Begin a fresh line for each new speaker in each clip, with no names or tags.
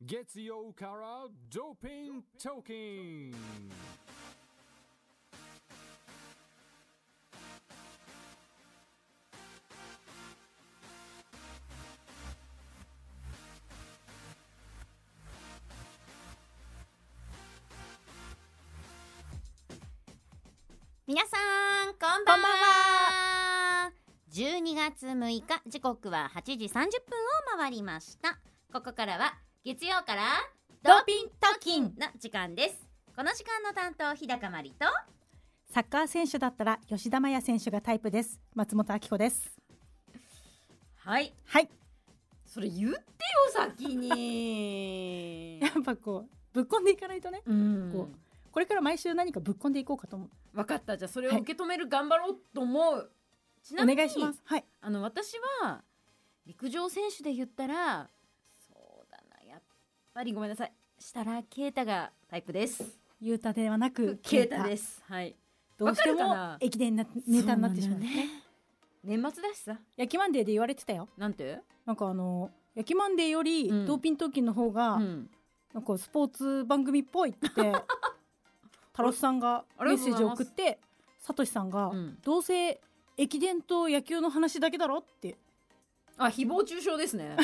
月曜からドーピントーキング
皆さんこんばんは12月6日時刻は8時30分を回りましたここからは月曜からドーピントキンの時間ですこの時間の担当日高まりと
サッカー選手だったら吉田麻也選手がタイプです。松本明子です。
はい
はい。
それ言ってよ先に
やっぱこうぶっこんでいかないとね。
うん
これから毎週何かぶっこんでいこうかと思う。
分かったじゃあそれを受け止める頑張ろうと思う、ちな
お
みに
願いします。はい。
あの私は陸上選手で言ったらそうだなやっぱりごめんなさい設楽啓太がタイプです
ゆうたではなく
啓太で。すはい
どうして
わかるか
も
な
駅伝なネタになってしまう
そなんだよね年末だしさ
焼きマンデーで言われてたよ。
なんて
なんかあの焼きマンデーより
うん
ドーピントーキンの方が、
うん
なんかスポーツ番組っぽいって タロスさんが
あり
メッ
がとう
セ
ござ
ージ
い
を
ます
送ってさとしさんが、
うん
どうせ駅伝と野球の話だけだろって
あ誹謗中傷です ね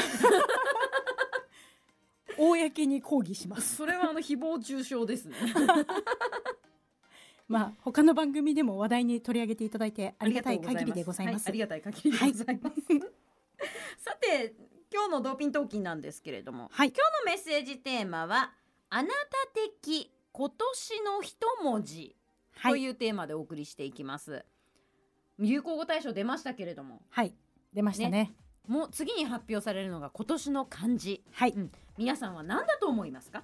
公に抗議します
それはあの誹謗中傷ですね
まあ他の番組でも話題に取り上げていただいてありがたい限りでございます。
はありがたい限りでございます、 さて今日のドーピントーキンなんですけれども
はい、
今日のメッセージテーマは「あなた的今年の一文字」
は
と
い、
いうテーマでお送りしていきます、流行語大賞出ましたけれども
はい、出ましたね。
もう次に発表されるのが今年の漢字
はい、
うん皆さんは何だと思いますか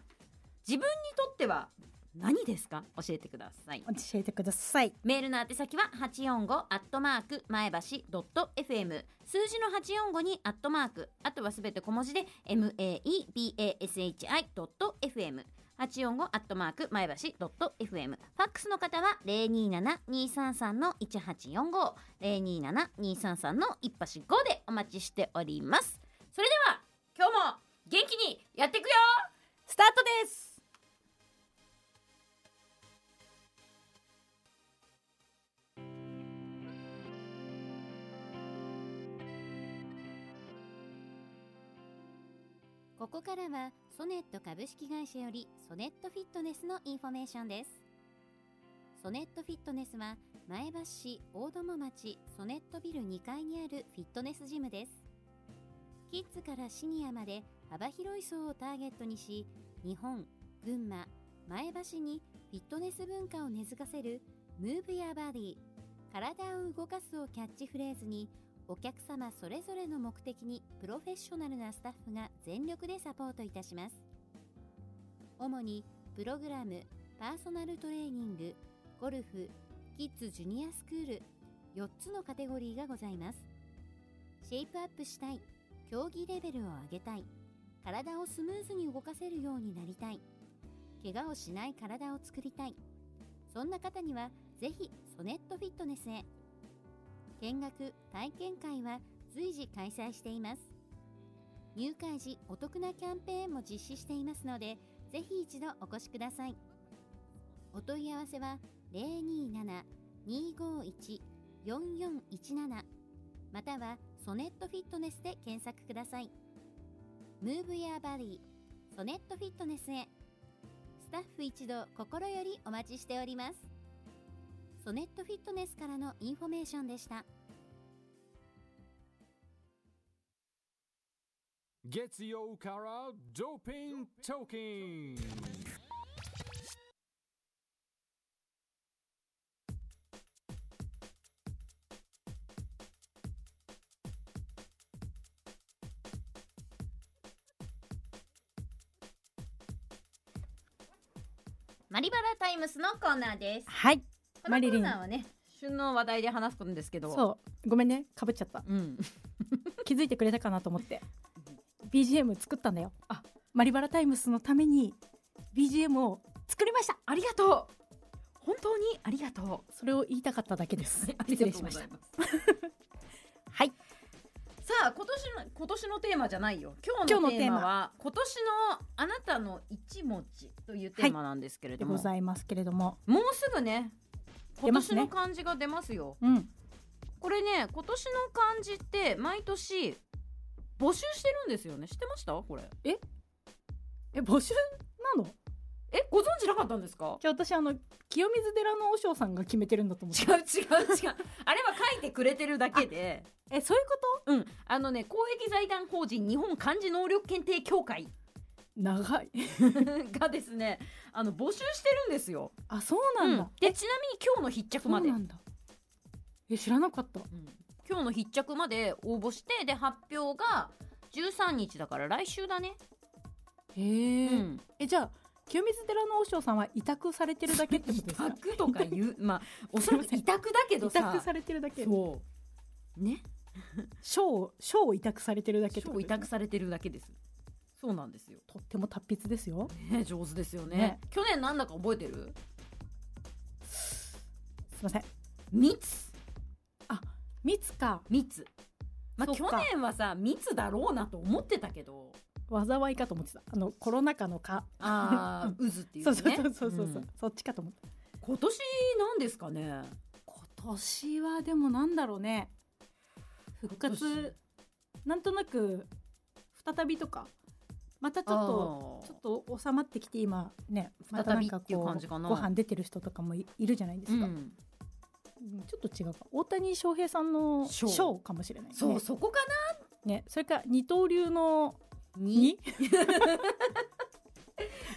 自分にとっては何ですか教えてください
教えてください。
メールの宛先は845アットマーク前橋ドット FM 数字の845にアットマークあとはすべて小文字で MAEBASHI ドット FM 845アットマーク前橋ドット FM ファックスの方は027233の1845 027233の185でお待ちしておりますそれでは今日も元気にやっていくよ
スタートです。
ここからはソネット株式会社よりソネットフィットネスのインフォメーションです。ソネットフィットネスは前橋市大友町ソネットビル2階にあるフィットネスジムです。キッズからシニアまで幅広い層をターゲットにし、日本、群馬、前橋にフィットネス文化を根付かせる Move Your Body 体を動かすをキャッチフレーズにお客様それぞれの目的にプロフェッショナルなスタッフが全力でサポートいたします主にプログラムパーソナルトレーニングゴルフキッズジュニアスクール4つのカテゴリーがございますシェイプアップしたい競技レベルを上げたい体をスムーズに動かせるようになりたい怪我をしない体を作りたいそんな方にはぜひソネットフィットネスへ見学・体験会は随時開催しています入会時お得なキャンペーンも実施していますのでぜひ一度お越しくださいお問い合わせは027-251-4417またはソネットフィットネスで検索ください Move Your Body ソネットフィットネスへスタッフ一同心よりお待ちしておりますソネットフィットネスからのインフォメーションでした
月曜からドーピントーキング
マリバラタイムスのコーナーです
はい、
この
マ
コ
リリ
ー
ン
ナーはね旬の話題で話すことですけど
そう、ごめんね、かぶっちゃった。
う、ん、
気づいてくれたかなと思って。BGM 作ったんだよ。
あ
マリバラタイムスのために BGM を作りました。
ありがとう本当にありがとう。
それを言いたかっただけです
ありが
失礼
とう
し
ござ
まし
い
た。
ます
はい、
あ今年の今年のテーマじゃないよ今日
今日
の
の
テ
テ
ー
ー
マ
マ
は今年のあなたの一文字というテーマなんですけれ
で
ども、
ございますけれども、
もうすぐね今
出ます
年
ね
の漢字が出ますよ
うん、
これね今年の漢字って毎年募集してるんですよね知ってましたこれ
え募集なの
えご存知なかったんですか
じゃあ私あの清水寺の和尚さんが決めてるんだと思っ
違
て
う違う違う あれは書いてくれてるだけで
えそういうこと
うんあのね公益財団法人日本漢字能力検定協会
長い
がですねあの募集してるんですよ
あそうなんだ、
うんでちなみに今日の必着
そ
ま
う
で
なんだえ知らなかった
うん今日の必着まで応募してで発表が13日だから来週だね、
へ
う
え、
ん、
えじゃあ清水寺の和尚さんは委託されてるだけってこと ですか
委託とか言うまあおそら く委託だけど
委
さ
託されてるだけ
そうね
賞を賞を委託されてるだけってことで
超
すね
委託されてるだけですそうなんですよ、
とっても達筆ですよ
ね、上手ですよね
ね
去年なんだか覚えてる
すいません
密
密か
密まあ
そ
去
っか
年はさ密だろうなと思ってたけど
災いかと思ってたあのコロナ禍のか
ああ 渦っていう
そ
ね
うそうそうそうそう、
ん
そっちかと思った
今年なんですかね
今年はでもなんだろうね復活なんとなく再びとかまたちょっとち
と
ょっと収まってきて今ね
再び
またなんか
っていう
こ
感じかな
ご飯出てる人とかもいいるじゃないですか、
うん
うんちょっと違うか大谷翔平さんの
翔
賞かもしれないね
そうそこかな
ねそれから二刀流の
に
に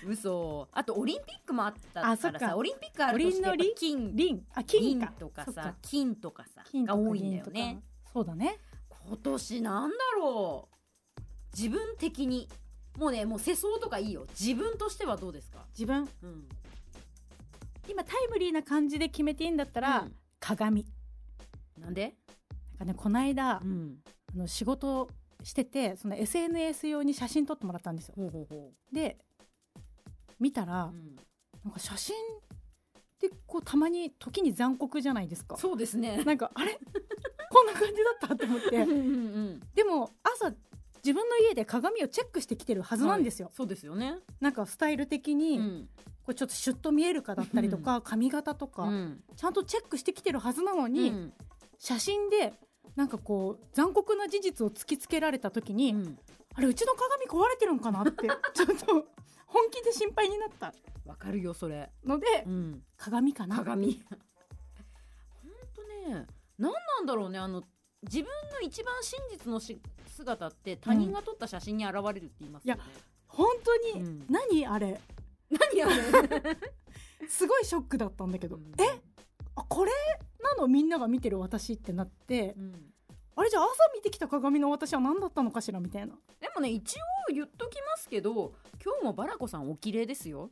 嘘あとオリンピックもあった
あ
か
そっ
ら
か
さオリンピックあるとしてやっぱ
オリンの
金
リンあ金
銀
か
とか
そっ
さ金とかさ
金と
が
か
多いんだよ
銀
ね
とかそうだね
今年なんだろう自分的にもうねもう世相とかいいよ自分としてはどうですか、
自分
うん、
今タイムリーな感じで決めていいんだったら、鏡
なんで、
なんかねこの間、
ん、
あの仕事しててその SNS 用に写真撮ってもらったんですよ
ほうほうほ
で見たら、
う、うん、
なんか写真ってこうたまに時に残酷じゃないですか
そうですね
なんかあれ こんな感じだったって思っ
うん
て
うん
でも朝自分の家で鏡をチェックしてきてるはずなんですよ、
はいそうですよね、
なんかスタイル的に、
ん
こうちょっとシュッと見えるかだったりとか、髪型とか、
うん
ちゃんとチェックしてきてるはずなのに、
うん
写真でなんかこう残酷な事実を突きつけられた時に、
うん
あれうちの鏡壊れてるんかなって ちょっと本気で心配になった
わかるよそれ、
ので、
うん、
鏡かな
鏡ほんとね何なんだろうねあの自分の一番真実のし姿って他人が撮った写真に現れるって言いますよね、
本当に、
うん
何あれ
何あれ、
すごいショックだったんだけど、
うん
えあこれなのみんなが見てる私ってなって、
うん
あれじゃあ朝見てきた鏡の私は何だったのかしらみたいな
でもね一応言っときますけど今日もバラコさんお綺麗ですよ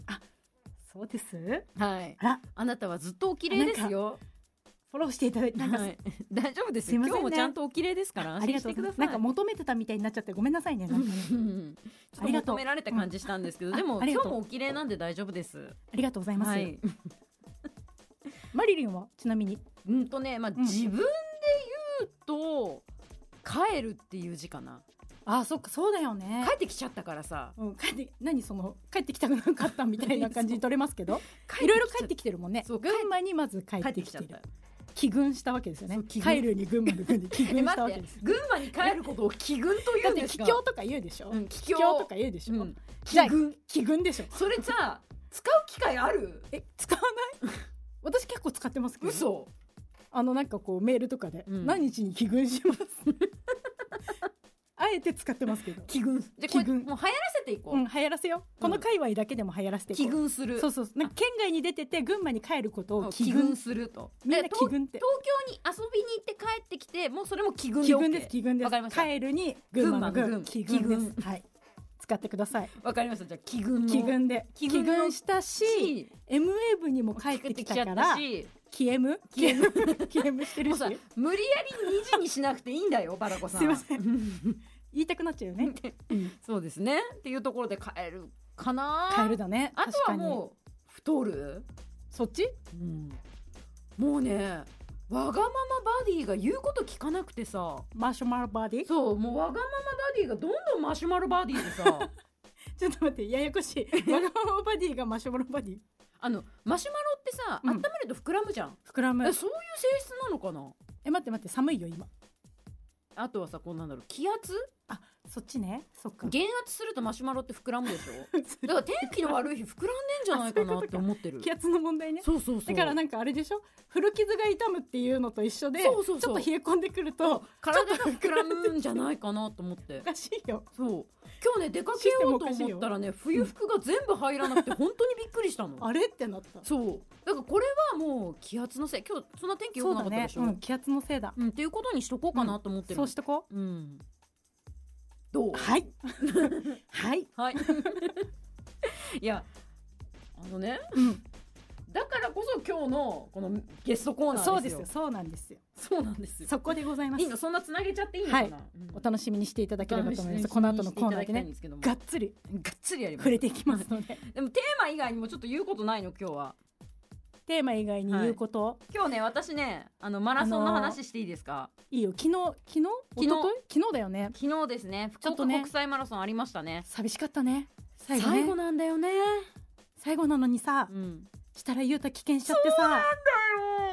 そうです
はい
あら
あなたはずっとお綺麗ですよ
フォローしていただいて なんか、
はい、大丈夫です
すい
よ
ません
今
ね
日もちゃんとお綺麗ですから
ありがとうございますなんか求めてたみたいになっちゃってごめんなさい ねなんかね
うんち
あ
ょっと
りがと
求
う
められた感じしたんですけど、
うん
でも
ああり
今
がと
日
う
もお綺麗なんで大丈夫です。
ありがとうございます、
はい。
マリリンはちなみに
うんとね、まあ、
ん
自分で言うと帰るっていう字かな。
あそっかそうだよね
帰ってきちゃったからさ。
うん、帰って何その帰ってきたくなかったみたいな感じに取れますけど
帰
いろいろ 帰って
き
きてるもんね
そう
群馬にまず帰
ちゃ帰
っ
って
て
き
き
ち
て
ゃっ
る
た。
帰軍したわけですよね
そう帰軍
帰るに群馬の軍で帰
え
軍し
待
たわ
っ
け
て
です、
群馬に帰ることを奇軍と言
だ
う
っ
んで
て
す
帰
か。
郷とか言うでしょ、
うん、
帰
帰
郷
郷
とか言うでしょ、
うん、
じゃあ
奇軍。
帰軍でしょ
それさ、使う機会ある。
え使わない 私結構使ってますけど
嘘。
あのなんかこうメールとかで、
うん
何日に帰軍します あえて使ってますけど
奇軍。じゃあこ
奇
れ
軍
もう流行らせてい こ
うん
う。
流行らせようこの界隈だけでも流行らせていこ
奇
う、
軍する。
そうそうなんか県外に出てて群馬に帰ることを
気
帰
軍
軍
すると。
みん
で
な
東
帰軍って
東京に遊びに行って帰ってきて、もうそれも気軍で、
気
OK。
群です気群で
わ
す
かりました
帰るに群馬の
群馬
群
の群
気群
気
ですはい使ってください
わかりました。じゃあ気軍の。
気群で
気
気
群の
群したし
し
M ウェーブにも帰ってきたから
し。
気 M 気 M 気 M して
も
る
う
し
さ、無理やり2時にしなくていいんだ よ、バラコさん。
すいませ言いたくなっちゃうよね
そうですね。っていうところで帰るかな。
帰る。だね
あと
確
は
かに
もう、太る。
そっち
うんもうね、わがままバディが言うこと聞かなくてさ
マシュマロバディ
そうもうわがままバディがどんどんマシュマロバディで さ
ちょっと待ってややこし いわがままバディがマシュマロバディ
あのマシュマロってさ、
うん
温めると膨らむじゃん
膨らむ
えそういう性質なのかな
え待って待って寒いよ今
あとはさこうなんだろう気圧
そっちねそっか
減圧するとマシュマロって膨らむ でしょだから
気
天気の悪い日膨らんでんじゃないかなって思ってる
圧の問題ね
そうそうそ
だ
う
からなんかあれでしょ古傷が痛むっていうのと一緒で
そうそうそう
ちょっと冷え込んでくると
体が膨らむんじゃないかなと 思って
おかしいよ
そう今日ね出かけようと思ったらね冬服が全部入らなくて本当にびっくりしたの
あれってなった
そうだからこれはもう気圧のせい今日そんな天気良
そ
く
う
な
だ
かった
ね
でしょ
うん気圧のせいだ
うん、っていうことにしとこうかなと思ってる
そうしとこ
うん、どう
うはい はい
はい いやあのね
うん
だからこそ今日のこのゲストコーナーですよ
そうですよそうなんですよ
そうなんですよ
そこでございま
いい
す
のそんなつなげちゃっていいのかな、
はい
うん
お楽しみにしていただ
お
ければと思います
楽しみに
この後のコーナー
し
で
ていただきたいん
ね
ですけども
がっつり
がっつりやります
触れていきますので
でもテーマ以外にもちょっと言うことないの今日は
テーマ以外に言うこと、
今日ね私ねあのマラソンの話していいですか、
い、いよ昨日昨日
昨日
一昨日昨日だよね
昨日ですね
ち
福
ょっと
岡
ね
国際マラソンありましたね
寂しかったね最後ね最後
なんだよね
なのにさ
うんだ
設楽悠太棄権しちゃってさ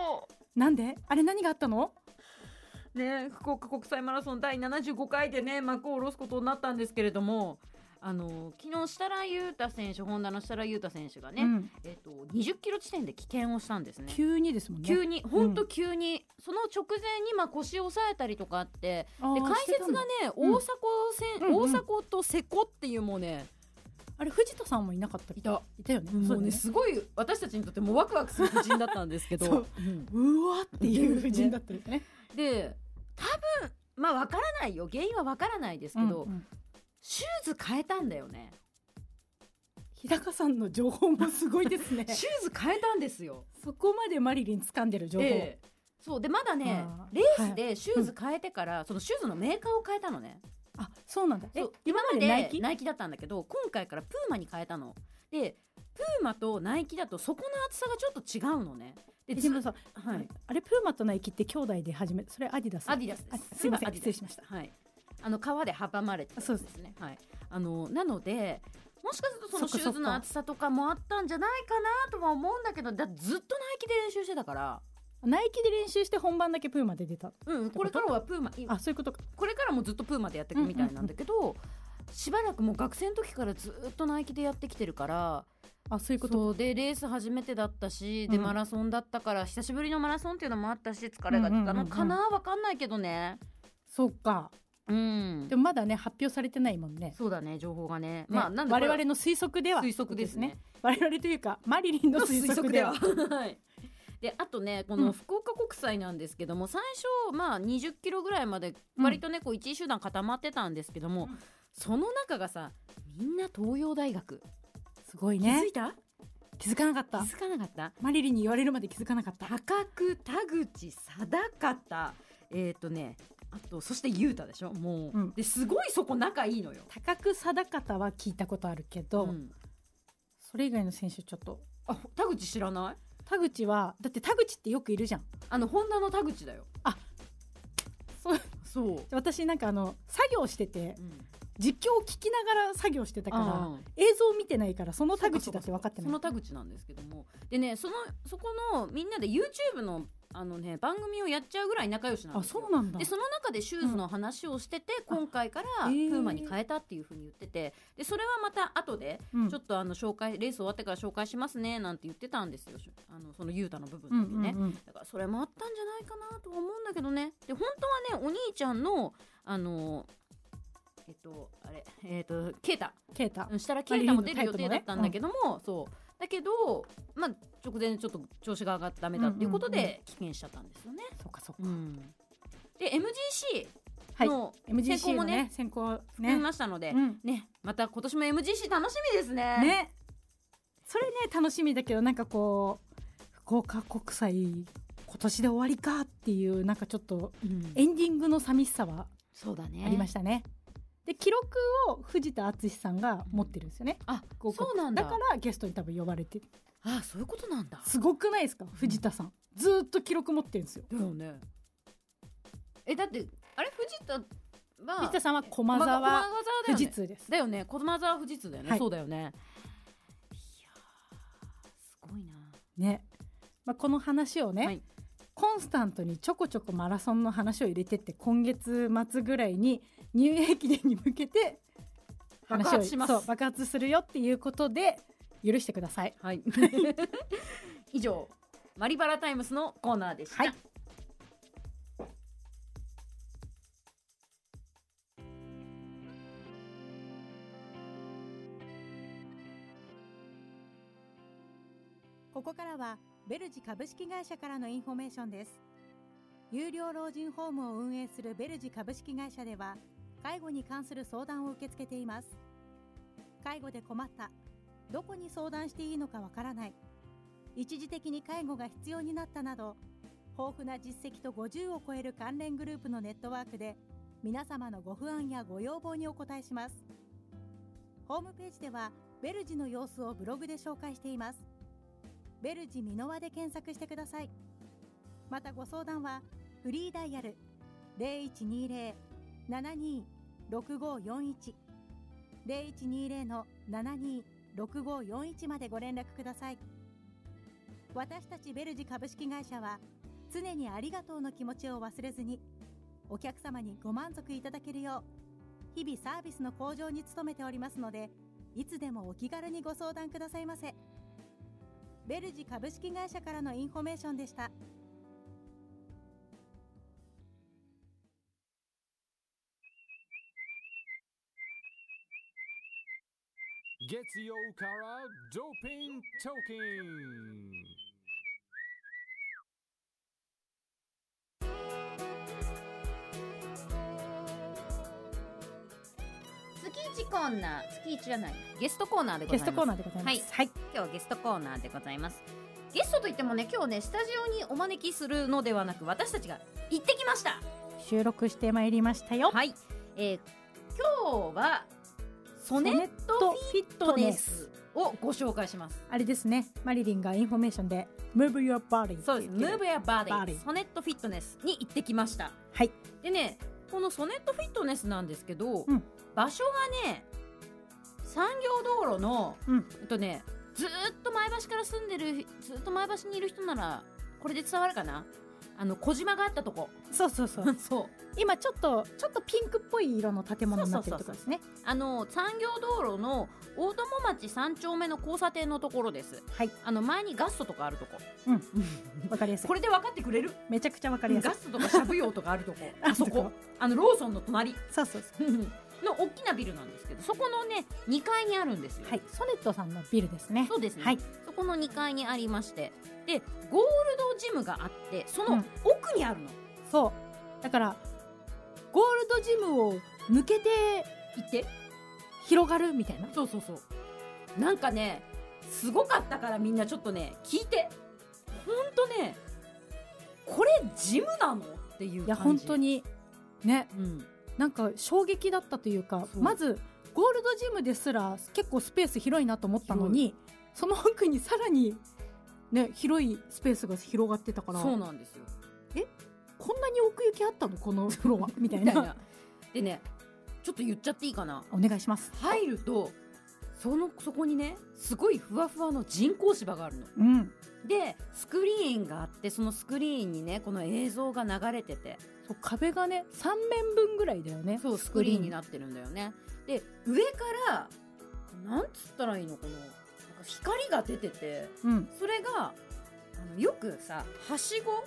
よ
なんであれ何があったの
ね福岡国際マラソン第75回でね幕を下ろすことになったんですけれどもあの昨日設楽悠太選手ホンダの設楽悠太選手がね、
うん
えっと20キロ地点で棄権をしたんですね。
急にですもんね
急に本当急に、その直前にまあ腰を押さえたりとかあってで解説
ね
がね
うん
大迫
う
せん、
んうん
大迫と瀬古っていうもうね
あれ藤田さんもいなかったっけ
いた
いたよね、
も
そう
う
だ
ね
ね
すごい私たちにとってもワクワクする布陣だったんですけ
そ
ど
う、
うん
うわっていう夫人だったよね
で多分まあわからないよ原因はわからないですけど、
うんうん
シューズ変えたんだよね
日高さんの情報もすごいです ね
シューズ変えたんですよ。
そこまでマリリン掴んでる情報、
ええそうでまだね
あー
レースでシューズ変えてから、そのシューズのメーカーを変えたのね。
あそうなんだえ
そう
今までナ
ナ
イ
イ
キ
キナイキだったんだけど今回からプーマに変えたの。でプーマとナイキだとそこの厚さがちょっと違うのね。
え
で
でもさ、
はい、
あれプーマとナイキって兄弟で始めそれアディダス
アディダスです
あすいませ
ア
ん
ディ
失
ダ
礼
ス
しました
はい、あの川で阻まれてたん
そう
で
です
すね。はい、あのなのでもしかするとその
そっかそっ
シ
か
ューズの厚さとかもあったんじゃないかなとは思うんだけどだずっとナイキで練習してたから、
ナイキで練習して本番だけプーマで出た
うん、これからはプーマい
あそういうことか
これからもずっとプーマでやっていくみたいなんだけど、しばらくもう学生の時からずっとナイキでやってきてるから
あそういうこと
そうでレース初めてだったしで、
うん
マラソンだったから久しぶりのマラソンっていうのもあったし疲れが出たのかな、
う
わかんないけどね。
そうか
うん
でもまだね発表されてないもんね
そうだね情報がね
ね
まあなんでこれ
我々の推測では
推測ですね。
我々というかマリリンの 推測では
はい。であとねこ
う
の
ん
福岡国際なんですけども、最初まあ20キロぐらいまで割とねこう1位集団固まってたんですけども、
うん
その中がさみんな東洋大学
すごい
気
ね
づいた
気づかなかっ
気
た
づかなかった
マリリンに言われるまで気づかなかった
高久田口定方えっ、ー、とねあとそして雄太でしょもう、
うん
ですごいそこ仲いいのよ。
高久定方は聞いたことあるけど、
うん
それ以外の選手ちょっと
あ田口知らない
田口はだって田口ってよくいるじゃん
あのホンダの田口だよ。
そう
そう。
私なんかあの作業してて
うん
実況を聞きながら作業してたから
うん
映像を見てないからその田口だって分かって
そ
な
の
い
田口なんですけどもでねそのそこのみんなで YouTube のあの、ね、番組をやっちゃうぐらい仲良しなん
あ
ですよ
そうなんだ
でその中でシューズの話をしてて、今回から
あ
プ
へー
ーマに変えたっていうふうに言っててでそれはまた後で
うん
ちょっとあの紹介レース終わってから紹介しますねなんて言ってたんですよしあのその雄太の部分だ
う
け
ん
ね、
うんうん
だからそれもあったんじゃないかなとは思うんだけどねで本当はねお兄ちゃんのあのえっとあれえっと啓太
啓太
うんしたらケイタも出る予定だったんだけども、そうだけど、まあ、直前でちょっと調子が上がってダメだっていうこと
うんうん
で棄権しちゃったんですよね。
そうかそう
う
か
んで MGC
はい
の
MGC のね
ね
選考
含
ね
みましたので、
うん
ねまた今年も MGC 楽しみですね。
ねそれね楽しみだけどなんかこう福岡国際今年で終わりかっていうなんかちょっと
うん
エンディングの寂しさは
そうだね
ありましたねで記録を藤田敦さんが持ってるんですよね。
あ
広告
そうなんだ
だからゲストに多分呼ばれて
あそういうことなんだ
すごくないですか藤田さんずーっと記録持ってるんですよ。
だよねえだってあれ藤田は
藤田さんは
ま
駒
駒沢
沢
だよ
富士
ね
通です。
だよね駒沢富士通だよね、
はい
そうだよねいやーすごいな
ね。まあ、この話をね、
はい
コンスタントにちょこちょこマラソンの話を入れてって今月末ぐらいにニューイヤー駅伝に向けて
爆
話を
発します
そう爆発するよっていうことで許してください。
はい 以上マリバラタイムスのコーナーでした、
はいここからはベルジ株式会社からのインフォメーションです。有料老人ホームを運営するベルジ株式会社では、介護に関する相談を受け付けています。介護で困った、どこに相談していいのかわからない、一時的に介護が必要になったなど、豊富な実績と50を超える関連グループのネットワークで、皆様のご不安やご要望にお応えします。ホームページでは、ベルジの様子をブログで紹介しています。ベルジミノワで検索してください。またご相談はフリーダイヤル0120-726541 0120-726541までご連絡ください。私たちベルジ株式会社は常にありがとうの気持ちを忘れずにお客様にご満足いただけるよう日々サービスの向上に努めておりますのでいつでもお気軽にご相談くださいませ。ベルジ株式会社からのインフォメーションでした。
Getsuyo Kara Doping Toking.
月一コーナー月一じゃないゲストコーナーでござ
ゲ
いま
ス
す
トコーナーでございます。はい。
今日はゲストコーナーでございますゲストといってもね今日ねスタジオにお招きするのではなく私たちが行ってきました
収録してまいりましたよ。
はい、えー、今日はソネット
ト
フ
フ
ィットネスをご紹介します
あれですね。マリリンがインフォメーションで Move Your Body。
そうですムーブやバーディ
Body
ソネットフィットネスに行ってきました
はい
でねこのソネットフィットネスなんですけど、
うん
場所がね産業道路の、
うん
えっとねずーっと前橋から住んでるずーっと前橋にいる人ならこれで伝わるかなあの小島があったとこ
そうそうそう。
そう
今ちょっとちょっとピンクっぽい色の建物になってる
そう
とこ
そう
ですね。
あの産業道路の大友町3丁目の交差点のところです
はい。
あの前にガストとかあるとこ
わかりやすい
こ。れで分かってくれる
めちゃくちゃわかりやすい
ガ。ストとかしゃぶ用とか あるとこあそ
あそ
こ
こ
あのローソンの隣
そうそうそ
の大きなビルなんですけどそこのね2階にあるんですよ、
う。はい。ソネットさんのビルですね。
そうですね、
はい
そこの2階にありましてでゴールドジムがあってその奥にあるの、
そう。だからゴールドジムを抜けて
行って
広がるみたいな。
そうそうそうなんかねすごかったからみんなちょっとね聞いてほんとねこれジムなのっていう感じ
いや本当、にね。
うん、
なんか衝撃だったというか
そう
まずゴールドジムですら結構スペース広いなと思ったのにその奥にさらに、ね、広いスペースが広がってたから
そうなんですよ
こんなに奥行きあったのこのフロアみたい
みた
ない
なでねちょっと言っちゃっていいかな
お願いします、
入るとそのそこにねすごいふわふわの人工芝があるの
うん、
でスクリーンがあってそのスクリーンにねこの映像が流れてて
そう壁がね3面分ぐらいだよね
そうスクリーンに
な
なってるんだよねで上からなんつったらいいのこのなんか光が出てて
うん
それがあのよくさはしご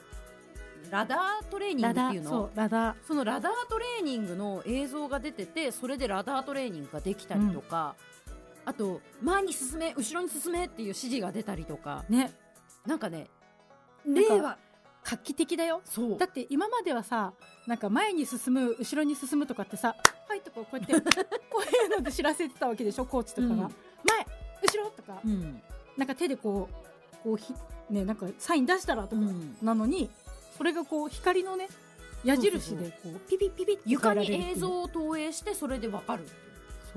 ラダートレーニン
ラ
グっ
ダ
ていう
ー
の
そうラダー
そのラダートレーニングの映像が出ててそれでラダートレーニングができたりとか、あと前に進め後ろに進めっていう指示が出たりとか
ね
なんかね
なんか
令和
画期的だよ
そう
だって今まではさなんか前に進む後ろに進むとかってさ「はい」とかこうやって こういうので知らせてたわけでしょコーチとかが、
うん
前後ろとか、
うん
なんか手でこうこうひねなんかサイン出したらと
う
か、
ん
なのにそれがこう光のね矢印でこうピピピピって
床に
変えられる
映像を投影してそれでわかるって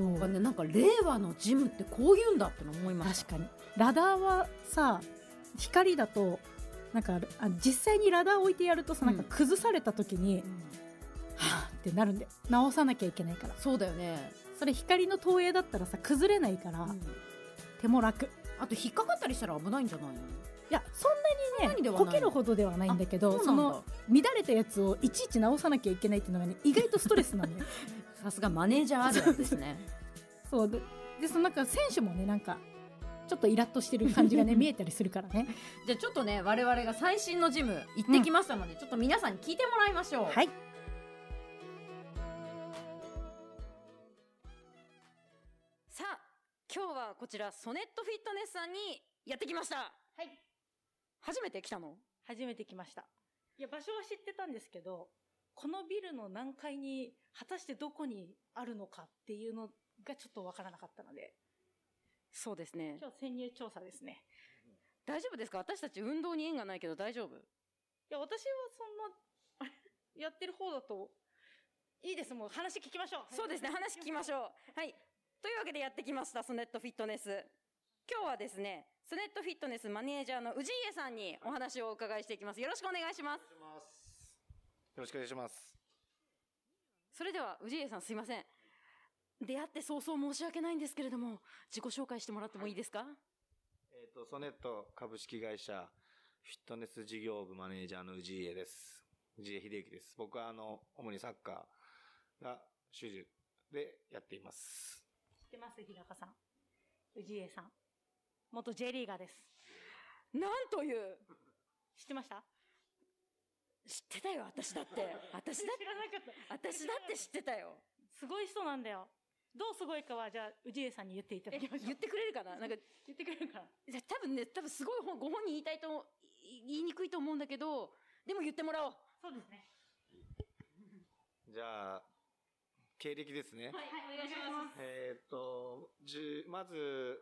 い
そう
うなんかねなんか令和のジムってこういうんだっての思いました
確かにラダーはさ光だとなんかあ実際にラダー置いてやるとさ、
うん
なんか崩された時にはあってなるんで直さなきゃいけないから
そうだよね、
それ光の投影だったらさ崩れないから、
うん
手も楽い
あと引っかかったりしたら危ないんじゃないの
やそんな
そんな
にね
にではな
こ
い
けるほどではないんだけど
あ
そ
そうなんだ
の乱れたやつをいちいち直さなきゃいけないっていうのがね意外とストレス なんだよ
さすがマネージャーあるあるですね
そうででそのなんか選手もねなんかちょっとイラッとしてる感 じがね見えたりするからね
じゃあちょっとね我々が最新のジム行ってきましたので、ちょっと皆さんに聞いてもらいましょう
はい
さあ、今日はこちら、ソネットフィットネスさんにやってきました。はい。初めて来たの
初めて来ました。いや、場所は知ってたんですけど、このビルの何階に、果たしてどこにあるのかっていうのがちょっとわからなかったので、
そうですね。
今日潜入調査ですね。
大丈夫ですか私たち運動に縁がないけど大丈夫
いや、私はそんな、あ れやってる方だと、いいです、もう話聞きましょう。
そうですね。話聞きましょう。はい。というわけでやってきました、ソネットフィットネス。今日はですね、ソネットフィットネスマネージャーの氏家さんにお話をお伺いしていきます。よろしくお願いします。
よろしくお願いします。
それでは、氏家さんすいません。出会って早々申し訳ないんですけれども、自己紹介してもらってもいいですか、
えっ、と、ソネット株式会社フィットネス事業部マネージャーの氏家です。氏家秀之です。僕はあの、主にサッカーが主従でやっています。
知ってます、平岡さん。氏家さん。元 J リーガーです。
なんという
知ってました
知ってたよ、私だって。私
知
だ
ら
っ
なかった。
て、私だって知ってたよ。
すごい人なんだよ。どうすごいかは、じゃあ、氏家さんに言っていただ
え
きましょう。
言ってくれるかななんか、
言ってくれるから。
じゃ多分ね、多分すごい本ご本人言いたいと思う、い言いにくいと思うんだけど、でも言ってもらおう。
そうですね。
じゃあ、経歴ですね。
はい、お願いします。
えっ、と、じゅまず、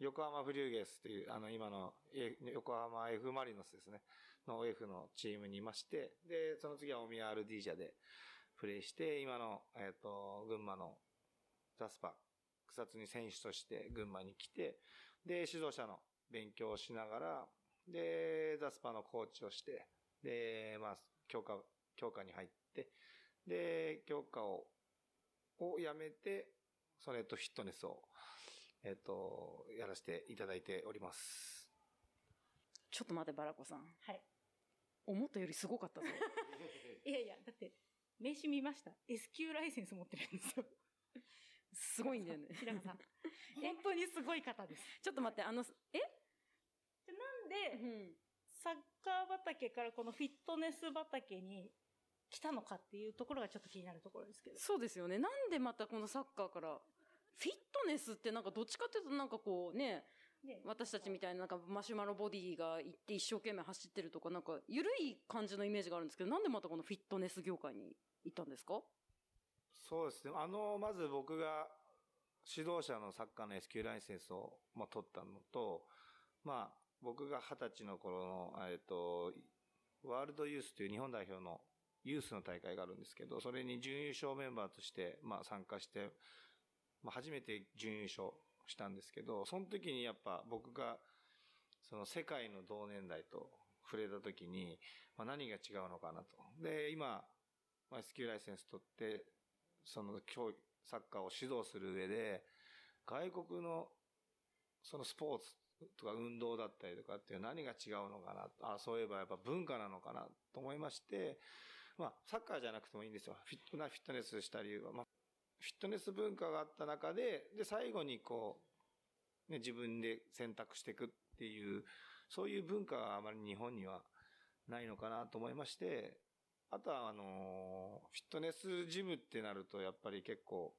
横浜フリューゲスという、あの、今の、え横浜 F ・マリノスですね、の F のチームにいまして、で、その次は大宮 RD 社でプレーして、今の、えっ、と、群馬のザスパ、草津に選手として群馬に来て、で、指導者の勉強をしながら、で、ザスパのコーチをして、で、まあ、強化、強化に入って、で、強化ををやめて、ソネットフィットネスを、えっ、と、やらせていただいております。
ちょっと待って、バラコさん。
はい。
思ったよりすごかったぞ。
いやいや、だって、名刺見ました。S q ライセンス持ってるんですよ。
すごいんだよ ね。
平野さん。本当にすごい方です。
ちょっと待って、あの、え
なんで、サッカー畑からこのフィットネス畑に来たのかっていうところがちょっと気になるところですけど。
そうですよね。なんでまたこのサッカーから、フィットネスってなんかどっちかっていうとなんかこうね、
ね
私たちみたいななんかマシュマロボディが行って一生懸命走ってるとかなんか緩い感じのイメージがあるんですけど、なんでまたこのフィットネス業界に行ったんですか
そうですね。あの、まず僕が指導者のサッカーの S q ライセンスを、まあ、取ったのと、まあ、僕が二十歳の頃の、えっ、と、ワールドユースという日本代表のユースの大会があるんですけど、それに準優勝メンバーとして、まあ、参加して、まあ、初めて準優勝したんですけど、その時にやっぱ僕が、その世界の同年代と触れた時に、まあ、何が違うのかなと。で、今、まあ、S q ライセンス取って、その教育サッカーを指導する上で、外国のそのスポーツとか運動だったりとかっていう何が違うのかな、あ、そういえばやっぱ文化なのかなと思いまして、まあ、サッカーじゃなくてもいいんですよ。フィットなフィットネスした理由は、まあ、フィットネス文化があった中で、で、最後にこう、ね、自分で選択していくっていう、そういう文化があまり日本にはないのかなと思いまして、あとは、あのーフィットネスジムってなると、やっぱり結構、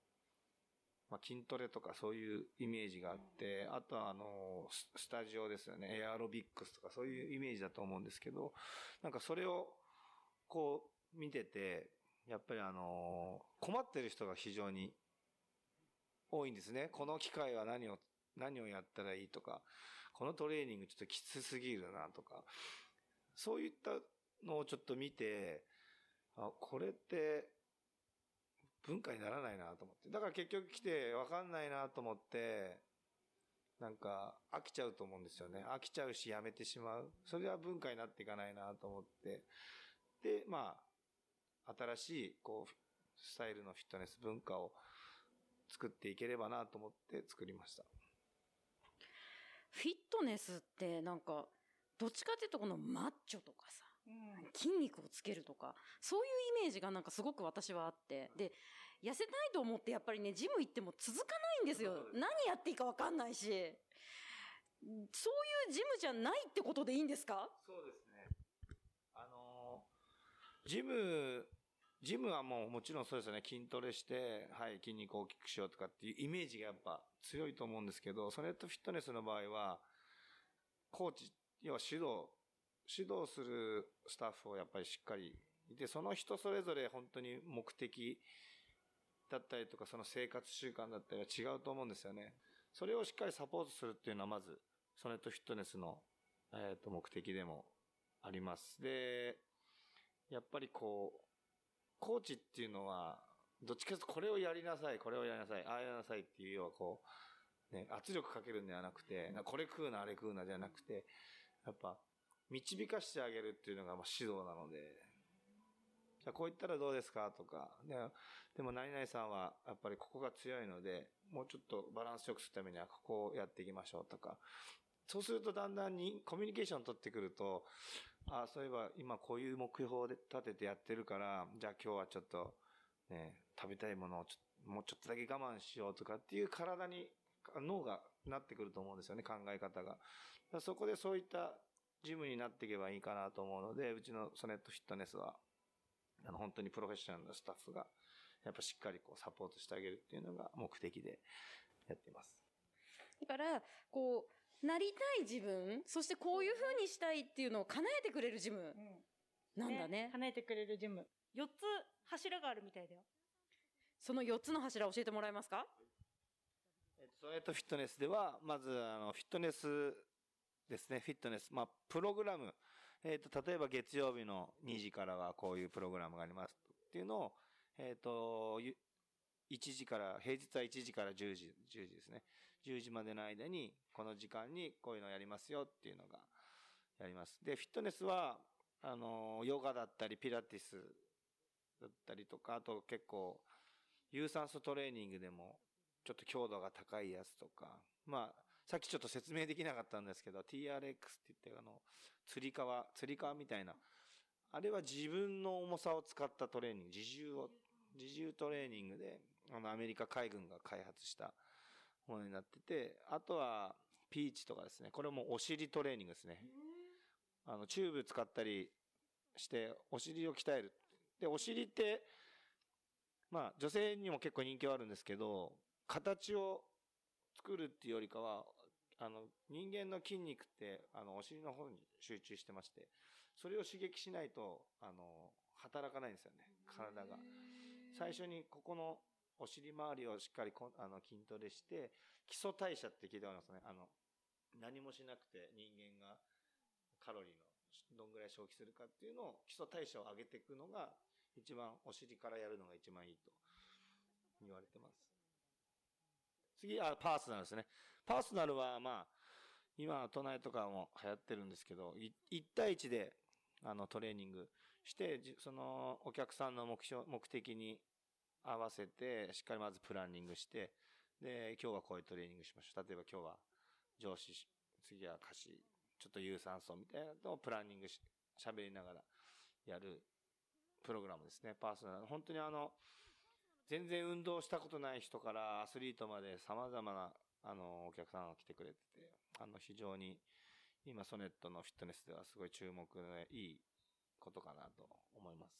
まあ、筋トレとかそういうイメージがあって、あとは、あのーススタジオですよね。エアロビックスとかそういうイメージだと思うんですけど、なんかそれを、こう、見てて、やっぱりあのー困ってる人が非常に多いんですね。この機械は何を、何をやったらいいとか、このトレーニングちょっときつすぎるなとか、そういったのをちょっと見て、あ、これって文化にならないなと思って。だから結局来てわかんないなと思って、なんか飽きちゃうと思うんですよね。飽きちゃうしやめてしまう。それは文化になっていかないなと思って。で、まあ、新しい、こう、スタイルのフィットネス文化を作っていければなと思って作りました。
フィットネスってなんか、どっちかっていうとこのマッチョとかさ、
うん
筋肉をつけるとか、そういうイメージがなんかすごく私はあって。で、痩せたいと思ってやっぱりね、ジム行っても続かないんですよ。何やっていいかわかんないし。そういうジムじゃないってことでいいんですか
そうですね。あのージム、ジムはもうもちろんそうですよね。筋トレして、はい、筋肉を大きくしようとかっていうイメージがやっぱ強いと思うんですけど、ソネットフィットネスの場合は、コーチ、要は指導、指導するスタッフをやっぱりしっかりいて、その人それぞれ本当に目的だったりとか、その生活習慣だったりは違うと思うんですよね。それをしっかりサポートするっていうのはまず、ソネットフィットネスのえー、と目的でもあります。で、やっぱりこう、コーチっていうのは、どっちかというとこれをやりなさい、これをやりなさい、ああやりなさいっていうようはこう、ね、圧力かけるんではなくて、なこれ食うな、あれ食うなじゃなくて、やっぱ、導かしてあげるっていうのがまあ指導なので、じゃあこう言ったらどうですかとか、ででも何々さんはやっぱりここが強いので、もうちょっとバランスよくするためにはここをやっていきましょうとか、そうするとだんだんにコミュニケーション取ってくると、ああ、そういえば今こういう目標を立ててやってるから、じゃあ今日はちょっと、ね、食べたいものをちょもうちょっとだけ我慢しようとかっていう体に、脳がなってくると思うんですよね、考え方が。だからそこでそういったジムになっていけばいいかなと思うので、うちのソネットフィットネスは、あの、本当にプロフェッショナルなスタッフが、やっぱしっかりこうサポートしてあげるっていうのが目的でやっています。
だから、こう、なりたい自分、そしてこういう風にしたいっていうのを叶えてくれるジム
うん
なんだね。
叶えてくれるジム。4つ柱があるみたいだよ。
その4つの柱教えてもらえますか
えっとソネットフィットネスでは、まず、あの、フィットネスですね、フィットネス。まあ、プログラム。えっ、と、例えば月曜日の2時からはこういうプログラムがあります。っていうのを、えっ、と、ゆ1時から、平日は1時から10時、10時ですね。10時までの間に、この時間にこういうのをやりますよっていうのが、やります。で、フィットネスは、あの、ヨガだったり、ピラティスだったりとか、あと結構、有酸素トレーニングでもちょっと強度が高いやつとか、まあ、さっきちょっと説明できなかったんですけど、TRX って言って、あの、釣り革、釣り革みたいな、あれは自分の重さを使ったトレーニング、自重を、自重トレーニングで、あの、アメリカ海軍が開発したものになってて、あとは、ピーチとかですね、これもお尻トレーニングですね。あの、チューブ使ったりして、お尻を鍛える。で、お尻って、まあ、女性にも結構人気はあるんですけど、形を作るっていうよりかは、あの、人間の筋肉って、あの、お尻の方に集中してまして、それを刺激しないと、あの、働かないんですよね、体が。最初にここのお尻周りをしっかりこんあの筋トレして、基礎代謝って聞いてありますね。あの、何もしなくて人間がカロリーのどんぐらい消費するかっていうのを基礎代謝を上げていくのが一番お尻からやるのが一番いいと言われてます。次、あ、パーソナルですね。パーソナルは、まあ、今、都内とかも流行ってるんですけど、い1対1で、あの、トレーニングして、じその、お客さんの目標、目的に合わせて、しっかりまずプランニングして、で、今日はこういうトレーニングしましょう。例えば今日は上司し、次は歌詞、ちょっと有酸素みたいなのをプランニングし、喋りながらやるプログラムですね。パーソナル。本当にあの、全然運動したことない人からアスリートまで様々な、あの、お客さんが来てくれてて、あの、非常に、今、ソネットのフィットネスではすごい注目でいいことかなと思います。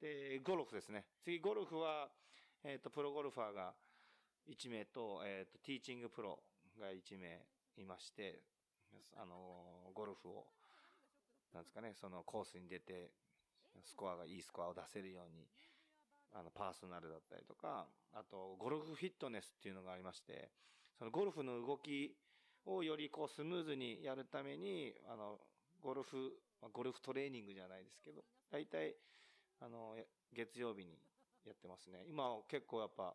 で、ゴルフですね。次、ゴルフは、えっ、と、プロゴルファーが1名と、えっ、と、ティーチングプロが1名いまして、あの、ゴルフを、なんですかね、そのコースに出て、スコアが、いいスコアを出せるように、あの、パーソナルだったりとか、あと、ゴルフフィットネスっていうのがありまして、そのゴルフの動きをよりこうスムーズにやるために、あの、ゴルフ、まあゴルフトレーニングじゃないですけど、大体、あの、や月曜日にやってますね。今は結構やっぱ、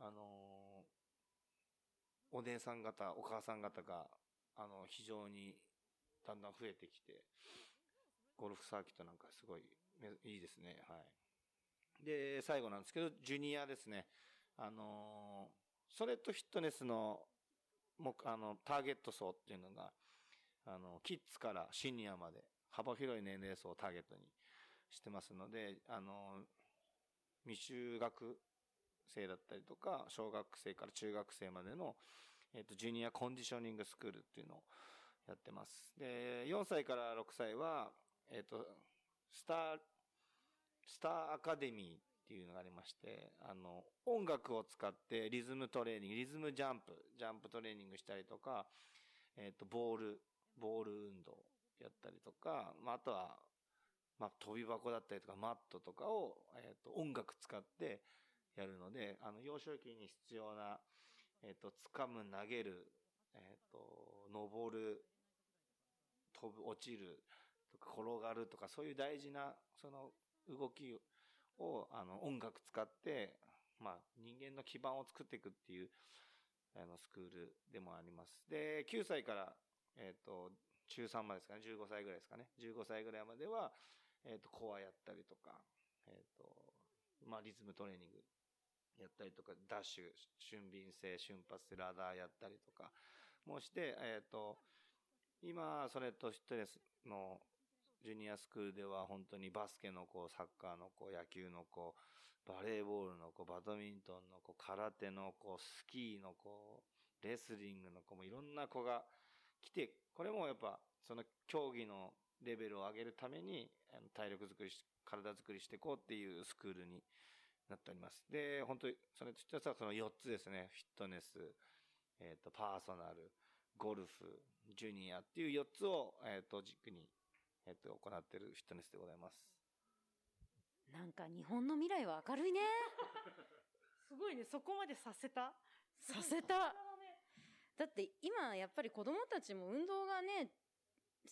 あのーお姉さん方、お母さん方が、あの、非常にだんだん増えてきて、ゴルフサーキットなんかすごいめいいですね。はい。で、最後なんですけど、ジュニアですね。あのーそれとフィットネスの、もあの、ターゲット層っていうのが、あの、キッズからシニアまで幅広い年齢層をターゲットにしてますので、あの、未就学生だったりとか、小学生から中学生までの、えっと、ジュニアコンディショニングスクールっていうのをやってます。で、4歳から6歳は、えっと、スター、スターアカデミーっていうのがありまして、あの、音楽を使ってリズムトレーニング、リズムジャンプ、ジャンプトレーニングしたりとか、えっと、ボール、ボール運動やったりとか、まあ、あとは、まあ、飛び箱だったりとか、マットとかを、えっ、と、音楽使ってやるので、あの、幼少期に必要な、えっ、と、掴む、投げる、えっ、と、登る、飛ぶ、落ちる、とか、転がるとか、そういう大事な、その、動きを、あの、音楽使って、まあ、人間の基盤を作っていくっていう、あの、スクールでもあります。で、9歳から、えっ、と、中3までですかね、15歳ぐらいですかね、15歳ぐらいまでは、えっ、と、コアやったりとか、えっ、と、まあ、リズムトレーニングやったりとか、ダッシュ、俊敏性、瞬発性、ラダーやったりとか、もして、えっ、と、今、それとフィットネスのジュニアスクールでは本当にバスケの子、サッカーの子、野球の子、バレーボールの子、バドミントンの子、空手の子、スキーの子、レスリングの子もいろんな子が来て、これもやっぱ、その競技のレベルを上げるために、あの体力作りし、体作りしていこうっていうスクールになっております。で、本当に、それと一つはその4つですね。フィットネス、えっ、と、パーソナル、ゴルフ、ジュニアっていう4つを、えっ、と、軸に、えっ、と、行っているフィットネスでございます。
なんか日本の未来は明るいね。
すごいね、そこまでさせた。
させた。だって今やっぱり子供たちも運動がね、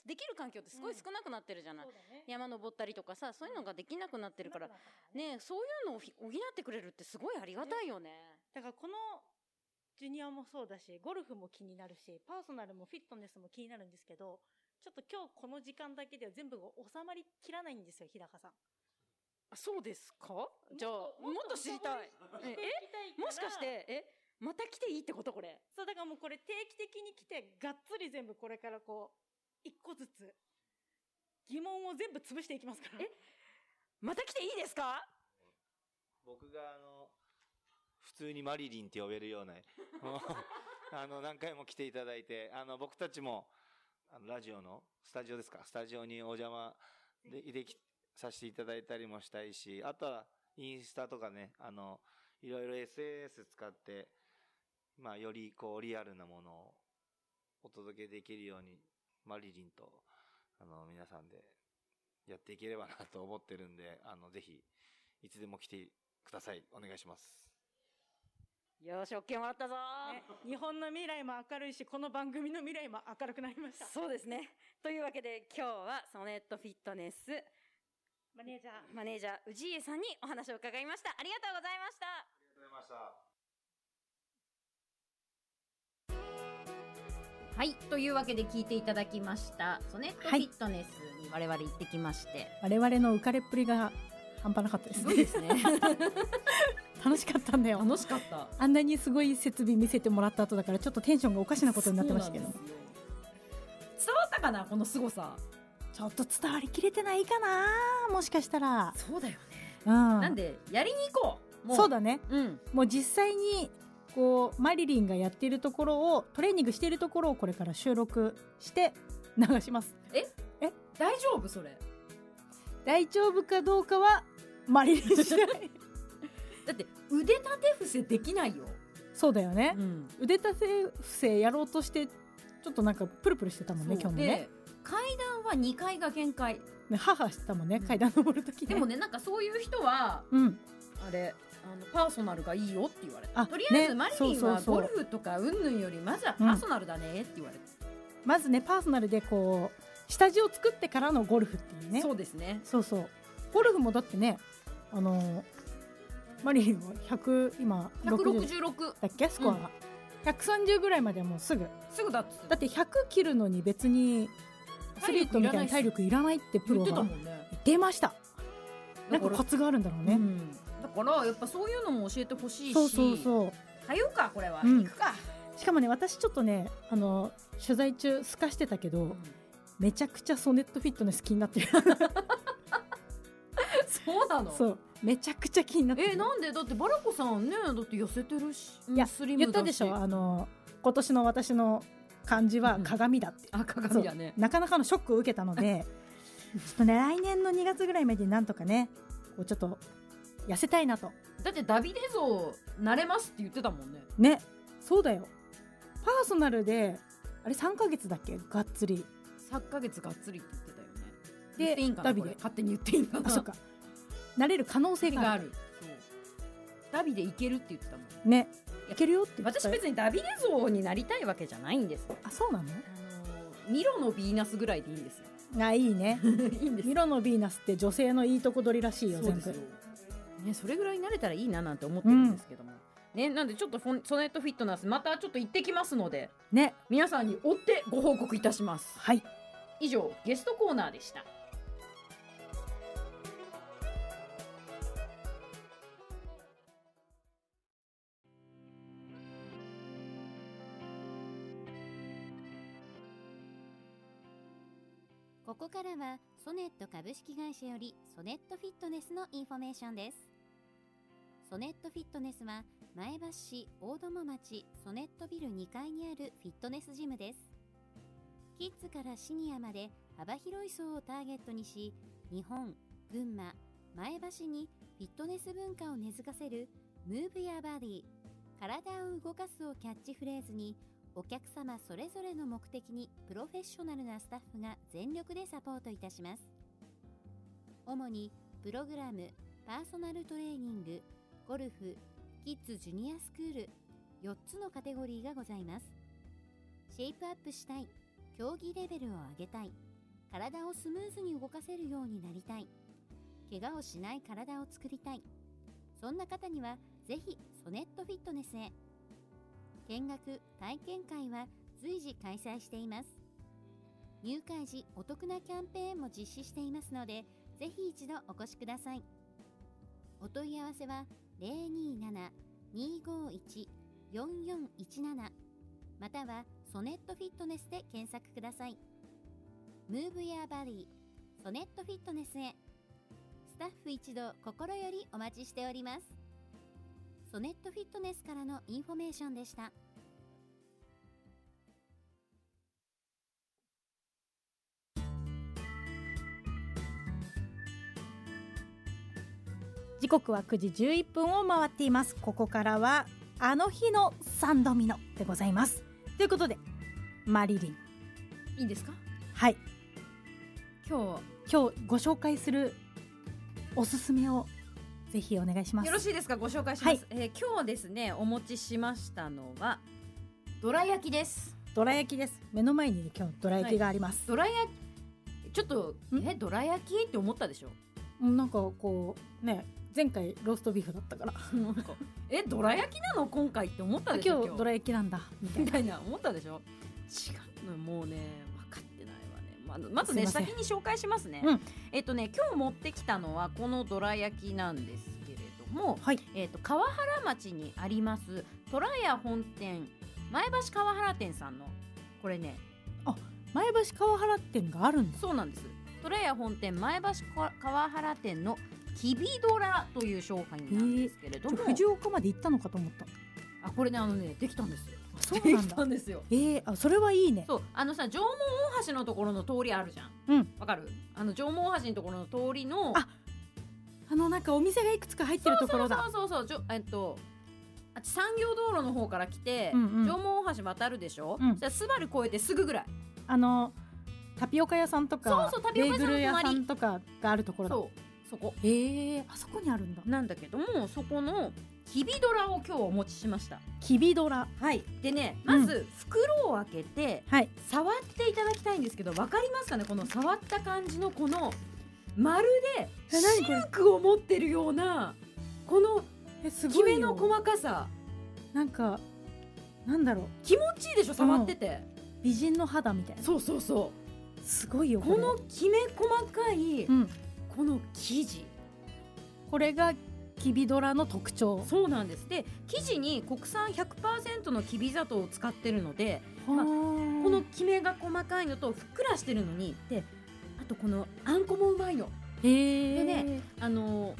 できる環境ってすごい少なくなってるじゃない。
そうだね。
山登ったりとかさ、そういうのができなくなってるから
少なく、なったからね
ね、そういうのをひ補ってくれるってすごいありがたいよね。
だからこのジュニアもそうだし、ゴルフも気になるし、パーソナルもフィットネスも気になるんですけど、ちょっと今日この時間だけでは全部が収まりきらないんですよ、日高さん。
あそうですかじゃあ、も
もっと
っと知りたい。え、えもしかし、て、え、また来ていいってことこれ。
そうだからもうこれ定期的に来て、がっつり全部これからこう、一個ずつ、疑問を全部潰していきますから。
えまた来ていいですか
僕があの、普通にマリリンって呼べるような、もうあの、何回も来ていただいて、あの、僕たちも、あの、ラジオの、スタジオですか、スタジオにお邪魔で、でき、させていただいたりもしたいし、あとは、インスタとかね、あの、いろいろ SNS 使って、まあ、より、こう、リアルなものをお届けできるように、マリリンと、あの、皆さんで、やっていければなと思ってるんで、あの、ぜひ、いつでも来てください。お願いします。
よし、OK もらったぞー、
ね日本の未来も明るいし、この番組の未来も明るくなりました。
そうですね。というわけで、今日はソネットフィットネス
マネージャー。
マネージャー氏家さんにお話を伺いました。ありがとうございました。
ありがとうございました。
はい、というわけで聞いていただきました。ソネットフ
はい
ィットネスに我々行ってきまして。
我々の浮かれっぷりが半端なかったです
すごい
ね
ですね。
楽しかったんだよ
楽しかった。
あんなにすごい設備見せてもらった後だからちょっとテンションがおかしなことになってましたけど
そうなんですよ伝わったかなこの凄さ。
ちょっと伝わりきれてないかなもしかしたら
そうだよね。
うん
なんでやりに行こう。も
そうだね
うん。
もう実際にこうマリリンがやっているところをトレーニングしているところをこれから収録して流します
大丈夫それ。
大丈夫かどうかはマリリン次第
だって腕立て伏せできないよ。
そうだよね
ん。
腕立て伏せやろうとしてちょっとなんかプルプルしてたもんね
そ
今
う
日もね。
で階段は2階が限界。
ね母してたもんね
うん
階段登る時
で
ね
もねなんかそういう人は
うん
あれあのパーソナルがいいよって言われた。
あ
とりあえ
ね
ず、マリリン
そう
は
そうそう
ゴルフとかうんぬんよりまずはパーソナルだねって言われた。
まずねパーソナルでこう下地を作ってからのゴルフっていうね
そうですね。
そうそうゴルフもだってね、あのーマリリンは100、今、60
166
だっけスコアが。130ぐらいまでもうすぐ。
すぐだっつって
だって100切るのに別に、アスリートみたいに体
体
力いらないってプ
言
ロ
ってた
が
もんね
出ました。な
だ
ん
か
からコツがあるんだろうね。
うんだからやっぱそういうのも教えてほしいし
そうそうそう。
通うかこれは、
うん
行くか、
しかもね、私ちょっとね、あの、取材中、すかしてたけど、めちゃくちゃソネットフィットネス気になってる。
そうなの
そう。めちゃくちゃ気になってる。
えなんでだってバラコさんねだって痩せてるし
いや
スリムだ
言ったでしょあの今年の私の漢字は鏡だって、
あ鏡だね
なかなかのショックを受けたの でちょっとね来年の2月ぐらいまでになんとかねこうちょっと痩せたいなと
だってダビデ像慣れますって言ってたもんね
ねそうだよパーソナルであれ3ヶ月だっけがっつり
3ヶ月がっつりって言ってたよね
で
言っていいんかな
ダビ
こ
デ
れ勝手に言っていいんかな
あそっかなれる可能性
手が
があ
あ
る
るそうダビデいけるって言ってたもん
ねいけるよって言って
私
た
別にダビデ像になりたいわけじゃないんですよ
あそうな
あのミロのヴィーナスぐらいでいいんですよ
のあいいね
いいんで す
ミロのヴィーナスって女性のいいとこ取りらしいよ
そう
全
です
部
よ、ね、それぐらいになれたらいいななんて思ってるんですけども、ねなんでちょっとフォンソネットフィットナスまたちょっと行ってきますので
ね
皆さんに追ってご報告いたします
はい
以上ゲストコーナーでした
ここからはソネット株式会社よりソネットフィットネスのインフォメーションです。ソネットフィットネスは前橋市大友町ソネットビル2階にあるフィットネスジムです。キッズからシニアまで幅広い層をターゲットにし、日本、群馬、前橋にフィットネス文化を根付かせる Move Your Body 体を動かすをキャッチフレーズにお客様それぞれの目的にプロフェッショナルなスタッフが全力でサポートいたします。主にプログラム、パーソナルトレーニング、ゴルフ、キッズジュニアスクール、4つのカテゴリーがございます。シェイプアップしたい、競技レベルを上げたい、体をスムーズに動かせるようになりたい、怪我をしない体を作りたい。そんな方にはぜひソネットフィットネスへ。見学体験会は随時開催しています入会時お得なキャンペーンも実施していますのでぜひ一度お越しくださいお問い合わせは027-251-4417またはソネットフィットネスで検索ください Move Your Body ソネットフィットネスへスタッフ一同心よりお待ちしておりますソネットフィットネスからのインフォメーションでした。
時刻は9時11分を回っていますここからはあの日の三度見のでございますということでマリリン
いいんですか
はい
今
今日ご紹介するおすすめをぜひお願いしま
日
す
よろしいですかご紹介します、
はい
えー今日ですねお持ちしましたのはどら焼きです
どら焼きです目の前に、ね、今日どら焼きがあります、
どら焼きちょっと
ん
えどら焼きって思ったでしょ
うんなんかこうね前回ローストビーフだったから
なんかえどら焼きなの今回って思ったでしょ
今日どら焼きなんだみたい
み
な
たいな思ったでしょ違うのもうね分かってないわねまああのまずね
すいません
先に紹介しますね、
うん
えっとね今日持ってきたのはこのどら焼きなんですけれども、
はい
えっと川原町にありますとらや本店前橋川原店さんのこれね
前橋川原店があるんだ
そうなんですとらや本店前橋川川原店のきびどらという商品なんですけれども、
藤岡まで行ったのかと思った
あこれねあのねできたんですよ
あそうなん
できた
だ
んですよ
えー、あそれはいいね
そうあのさ縄文大橋のところの通りあるじゃん
うん
わかるあの縄文大橋のところの通りの
ああのなんかお店がいくつか入ってるところだ
そうそうそうそうじょえっとあ産業道路の方から来て、
うんうん
縄文大橋渡るでしょ、
うん
じゃあスバル越えてすぐぐらい
あのタピオカ屋さんとか
そうそうタピオカ屋さ
ベー
んの
グル屋さんとかがあるところだ
そうそこ
えー、あそこにあるんだ
なんだけどもそこのきびドラを今日お持ちしました
きびドラ
はいでねまず袋を開けて、
はい
触っていただきたいんですけどわかりますかねこの触った感じのこのまるで
え何これ
シルクを持ってるようなこの
えす
き
ご
め
い
の
よ
細かさ
なんかなんだろう
気持ちいいでしょ触ってて、
美人の肌みたいな
そうそうそ
すごいよ
う
こ
こ
れ
のきめ細かい
うん、
この生地
これがキビドラの特徴
そうなんですで生地に国産100%のきび砂糖を使ってるのでまあ
こ
このきめが細かいのとふっくらしてるのにであとこのあんこもうまいの
へー
でねあの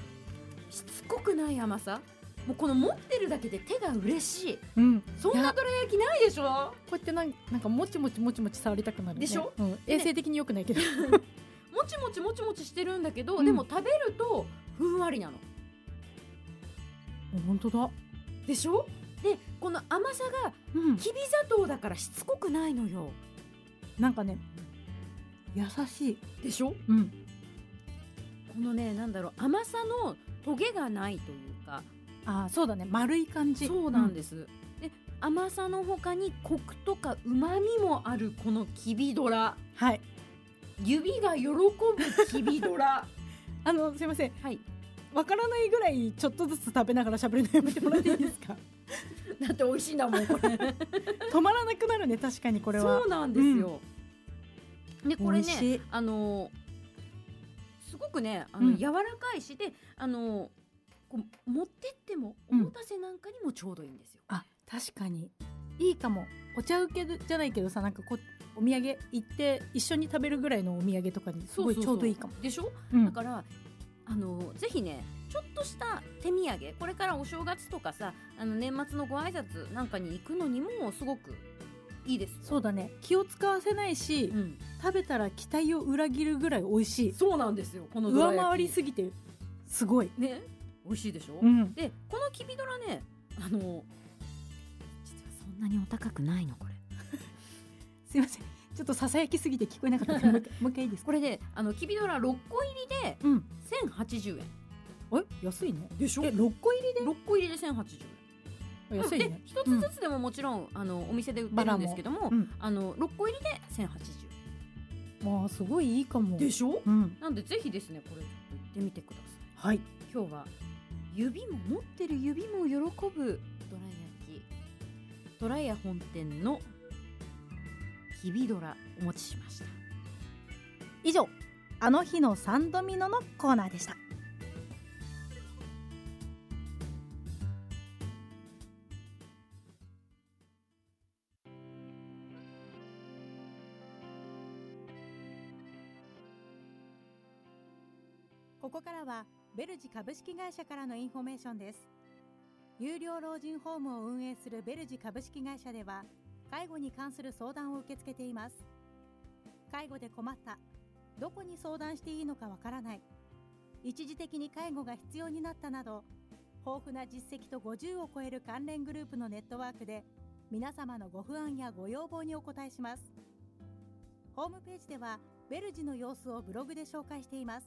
しつこくない甘さもうこの持ってるだけで手が嬉しい
うん
そんなどら焼きないでしょ
こうやってなんなんかもちもちもちもち触りたくなるね
でしょ、
うん、衛生的に良くない けど
もちもちもちもちしてるんだけど、
うん
でも食べるとふんわりなの
本当だ
でしょでこの甘さが
うん
きび砂糖だからしつこくないのよ
なんかね優しい
でしょ
うん
このねなんだろう甘さのトゲがないというか
あーそうだね丸い感じ
そうなんです、で甘さの他にコクとかうまみもあるこのきびドラ
うんはい
指が喜ぶきびド ラ
あのすいません
はい
わからないぐらいちょっとずつ食べながら喋るのやめてもらっていいです か
だって美味しいんだもんこ れ
止まらなくなるね確かにこれは
そうなんですよ、でこれ
美味し
ね
い
あのすごくねあの、
うん
柔らかいしであのこう持ってってもお
うん
もたせなんかにもちょうどいいんですよ、
あ確かにいいかもお茶受けじゃないけどさなんかこうお土産行って一緒に食べるぐらいのお土産とかにすごいちょうどいいかも
でしょ
うん
だからあのぜひねちょっとした手土産これからお正月とかさあの年末のご挨拶なんかに行くのにもすごくいいですよ
そうだね気を使わせないし、
うん、
食べたら期待を裏切るぐらい美味しい
そうなんですよこのどら
上
焼き
回りすぎてすごい、
ね美味しいでしょ、
ん、
でこのきびドラねあの実はそんなにお高くないのこれ
すいませんちょっとささやきすぎて聞こえなかったからもう一回もう一回いいですか
これであのきびドラ6個入りで
うん
1080円
え安いねでしょえ六個入り
6個入りで1080
で
円
安い
で
ね
一つずつでももちろん、あのお店で売ってるんですけども、
バラもうん
あの6個入りで1080
まあすごいいいかも
円しょ
うん
なんでぜひですねこれちょっと行ってみてください
はい
今日は指も持ってる指も喜ぶドラ焼きドラヤ本店のきびドラお持ちしました
以上あの日のサンドミノのコーナーでした
ここからはベルジ株式会社からのインフォメーションです。有料老人ホームを運営するベルジ株式会社では、介護に関する相談を受け付けています。介護で困った、どこに相談していいのかわからない、一時的に介護が必要になったなど、豊富な実績と50を超える関連グループのネットワークで、皆様のご不安やご要望にお答えします。ホームページでは、ベルジの様子をブログで紹介しています。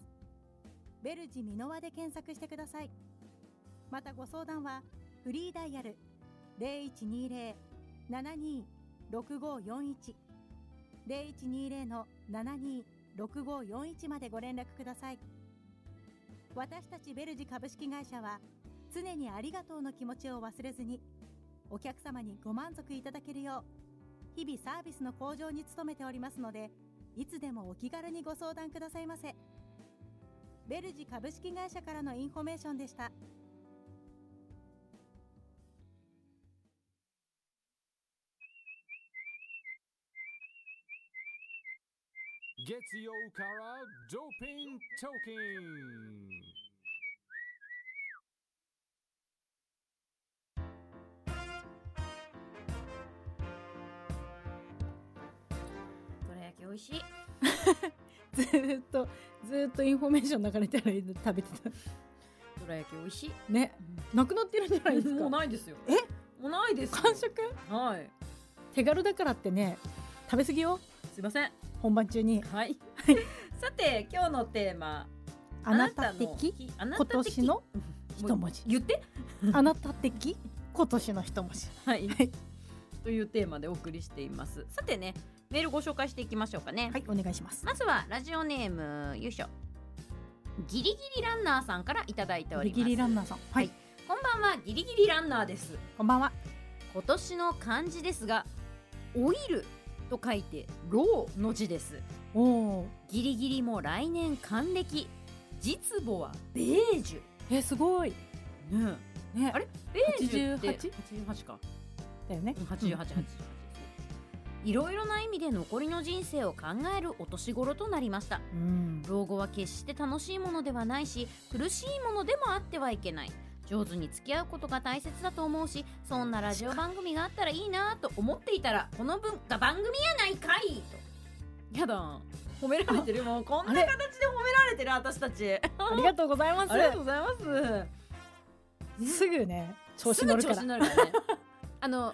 ベルジミノワで検索してください。またご相談は、フリーダイヤル0120-726541 0120-726541までご連絡ください。私たちベルジ株式会社は、常にありがとうの気持ちを忘れずに、お客様にご満足いただけるよう、日々サービスの向上に努めておりますので、いつでもお気軽にご相談くださいませ。ベルジ株式会社からのインフォメーションでした。
Getsuyo Kara Doping Toking.
どら焼き美味しい
ずーっとずーっとインフォメーション流れてる間食べてた
どら焼き美味しい
ねなくなってるんじゃないです
もう
か
ないですよえもうないですよ
完食
はい
手軽だからってね食べ過ぎよ
すいません
本番中に
はい さて今日のテーマ
あなた
の
的
日あな
今
た的
年の一
もう
文字
言って
あなた的今年の一文字
はい
はい
というテーマでお送りしていますさてねメールご紹介していきましょうかね
はいお願いします
まずはラジオネームよいしょギリギリランナーさんからいただいております
ギリランナーさんはい、
はいこんばんはギリギリランナーです
こんばんは
今年の漢字ですが「老いる」と書いて「老」の字です
おお
ギリギリも来年還暦実母はベージ
えすごい
ュね
ね
あれベージュって
88?
88か
だよね
うん88 88いろいろな意味で残りの人生を考えるお年頃となりました
うん
老後は決して楽しいものではないし苦しいものでもあってはいけない上手に付き合うことが大切だと思うしそんなラジオ番組があったらいいなと思っていたらこの文が番組やないかいとやだ褒められてるもうこんな
あ
形
れ
で褒められてる私たち
ありがとうございます
ありがとうございます
すぐね調子
す
乗
ぐ
るから
調子乗るからねあの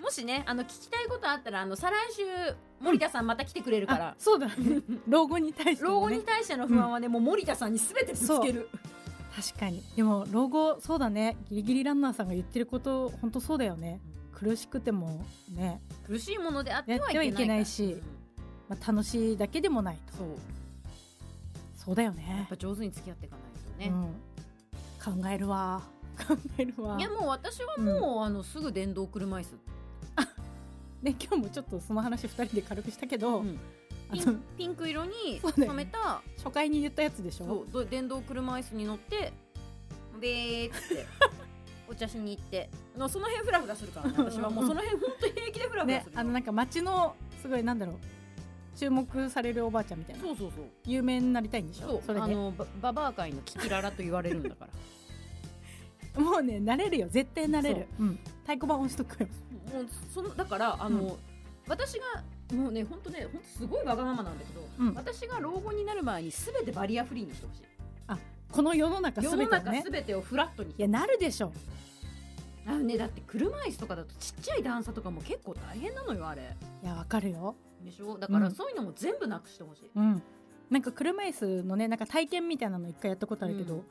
もしねあの聞きたいことあったらあの再来週森田さんまた来てくれるから
あ、そうだね老後に対して、ね、
老後に対しての不安はね、もう森田さんに全てぶつける
確かにでも老後そうだねギリギリランナーさんが言ってること本当そうだよね苦しくてもね、
苦しいものであってはいけ
や
な
っ
い
てはいけないし
からうん
まあ、楽しいだけでもないと
そう
そうだよ
やっ
ね
ぱ上手に付き合っていかないと
う
ね、
ん、考えるわ考えるわ
いやもう私はもう、あのすぐ電動車椅子、
で今日もちょっとその話2人で軽くしたけど、
うん
あ
ピ
の
ンピンク色に
そうだよね
染めた
初回に言ったやつでし
そう、
ょ
ど電動車椅子に乗ってべーっつって お茶しに行ってあのその辺フラフラするからね私はもうその辺本当に平気でフラフラ
ね
するよ、
あのなんか街のすごいなんだろう注目されるおばあちゃんみたいな
そうそうそう
有名になりたいんでし
そ
ょ
う
それ
あ
で
のバババア界のキキララと言われるんだから
もうね慣れるよ絶対慣れる、うん、太鼓判押しとくよ
もうそのだからあの、私がもうね本当ね本当すごいわがままなんだけど、
うん
私が老後になる前に全てバリアフリーにしてほしい
この世の中
世
全
の
てを
中
ね
全てをフラットに
いやなるでしょ
あのねだって車椅子とかだとちっちゃい段差とかも結構大変なのよあれ
いやわかるよ
でしょだから
うん
そういうのも全部なくしてほしい、
うんなんか車椅子のねなんか体験みたいなの一回やったことあるけど、
うん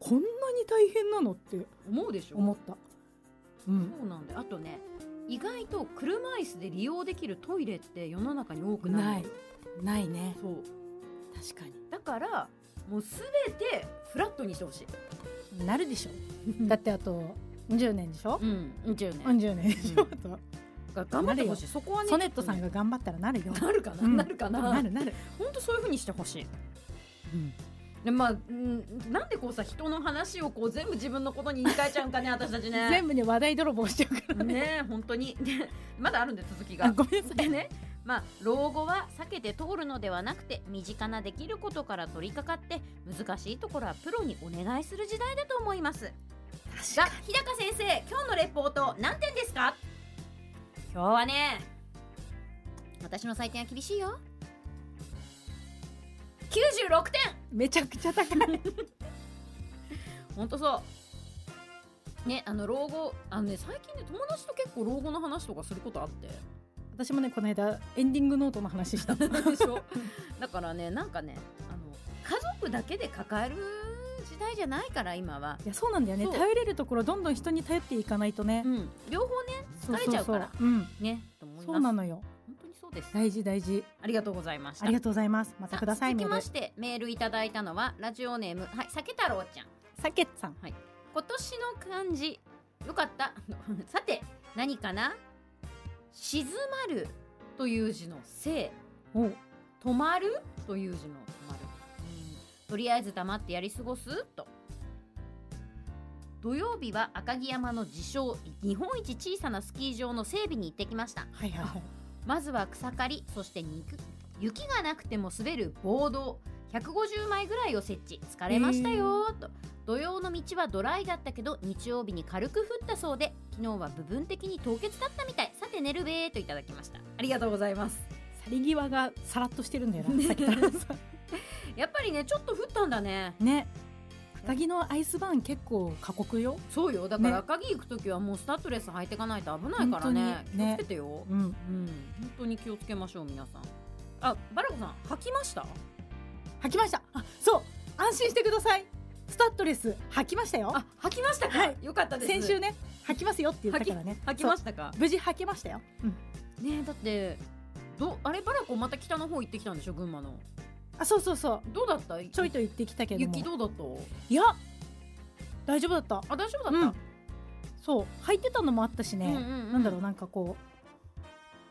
こんなに大変なのって
思うでしょ
思ったうん
そうなんだよあとね意外と車椅子で利用できるトイレって世の中に多くない
ないないね
そう
確か
だからもう全てフラットにしてほしい
になるでしょ だってあと10年でしょ
うんうんちよね
40年で しょ、
うん
あと
が頑張ってほしいそこはね
ソネットさんが頑張ったらなるよ
なるかな、
うん
なるかな
なるなる
本当そういう風にしてほしい。でまあ、うんなんでこうさ人の話をこう全部自分のことに言い換えちゃうんかね私たち ね。
全部ね話題泥棒しちゃうからね
ね本当にでまだあるんで続き
あ
が。
ごめんなさい
でねまあ老後は避けて通るのではなくて身近なできることから取り掛かって難しいところはプロにお願いする時代だと思います。が日高先生今日のレポート何点ですか今日はね私の採点は厳しいよ96点
めちゃくちゃ高い
ほんとそうねあの老後あのね最近ね友達と結構老後の話とかすることあって
私もねこの間エンディングノートの話 した
でしょだからねなんかねあの家族だけで抱える時代じゃないから今は、
いやそうなんだよね
そう
頼れるところどんどん人に頼っていかないとね、
うん、両方ね
そうそう
疲れちゃう
そ
から
うん
ねと思います
そうなのよ
本当にそうです
大事大事
ありがとうございました
ありがとうございますま
さ
た
あ
ください
続き
メー
ま
ル
してメールいただいたのはラジオネームはい酒太郎ちゃん
さけっさん
今年の漢字よかった さて何かな静まるという字の静
お
止まるという字の止まる、うんとりあえず黙ってやり過ごすと土曜日は赤城山の自称日本一小さなスキー場の整備に行ってきました
はいはいはい
まずは草刈りそして肉雪がなくても滑るボード150枚ぐらいを設置疲れましたよーと土曜の道はドライだったけど日曜日に軽く降ったそうで昨日は部分的に凍結だったみたいさて寝るべーといただきましたありがとうございます
去り際がさらっとしてるんだよなさ けたらさ
やっぱりねちょっと降ったんだね
んね赤城のアイスバーン結構過酷よ
そうよだから
ね
赤城行く時はもうスタッドレス履いていかないと危ないからね
本当にね
気をつけてよ、
うん
うん本当に気をつけましょう皆さんあバラコさん履きました
履きましたあそう安心してくださいスタッドレス履きましたよ
あ履きましたか、
はい
よかったです
先週ね履きますよって言ったからね
履きま
し
したか
無事履けましたよ、うん
ねえだってどあれバラコまた北の方行ってきたんでしょ群馬の
あそうそうそう
どうだった
ちょいと行ってきたけども
雪どうだった
いや大丈夫だった
あ大丈夫だっ、
そう履いてたのもあったしたね、なんだろうなんかこう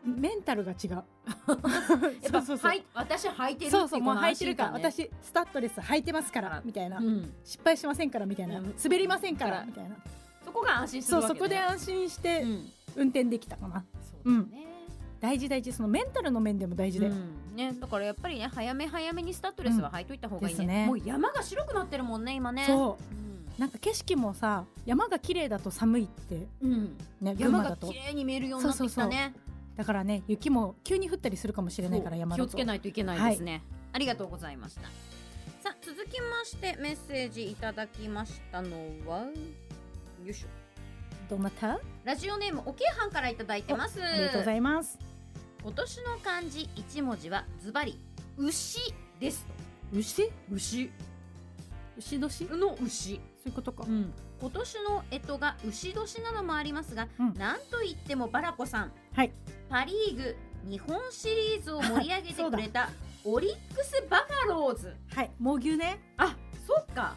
メンタルが 違う
やっぱ
そうそうそう
はい私履いてるってい
そうそうもう履いてるから、
この安心
私スタッドレス履いてますからみたいな、
感ねうん
失敗しませんからみたいな、
うん
滑りませんか
う
ら
ん
みたいな
そこが安心する
そ
わ
う
け、ね、
そこで安心して
うん
運転できたかな、
そうだよね、
大事大事そのメンタルの面でも大事だよ、
うんね、だからやっぱりね早め早めにスタッドレスは履いといた方がいいね,、
うんですね
もう山が白くなってるもんね今ね
そう
うん、
なんか景色もさ山が綺麗だと寒いって
うん、
ね群
山
馬だ
が
と
綺麗に見えるようになってきたね
だからね雪も急に降ったりするかもしれないから
そう
山だ
気
と
をつけないといけないですね、ありがとうございましたさあ続きましてメッセージいただきましたのはよいしょ
どなたあ
ラジオネームおけいはんからいただいてます
りがとうございます
今年の漢字一文字はズバリ牛です
牛
牛
牛年そう
の牛
いうことか、
うん、今年の干支が牛年なのもありますが、
うん
なんといってもバラコさん、
はい
パ・リーグ日本シリーズを盛り上げてくれたオリックス・バファローズ
はい猛牛ね
あそっか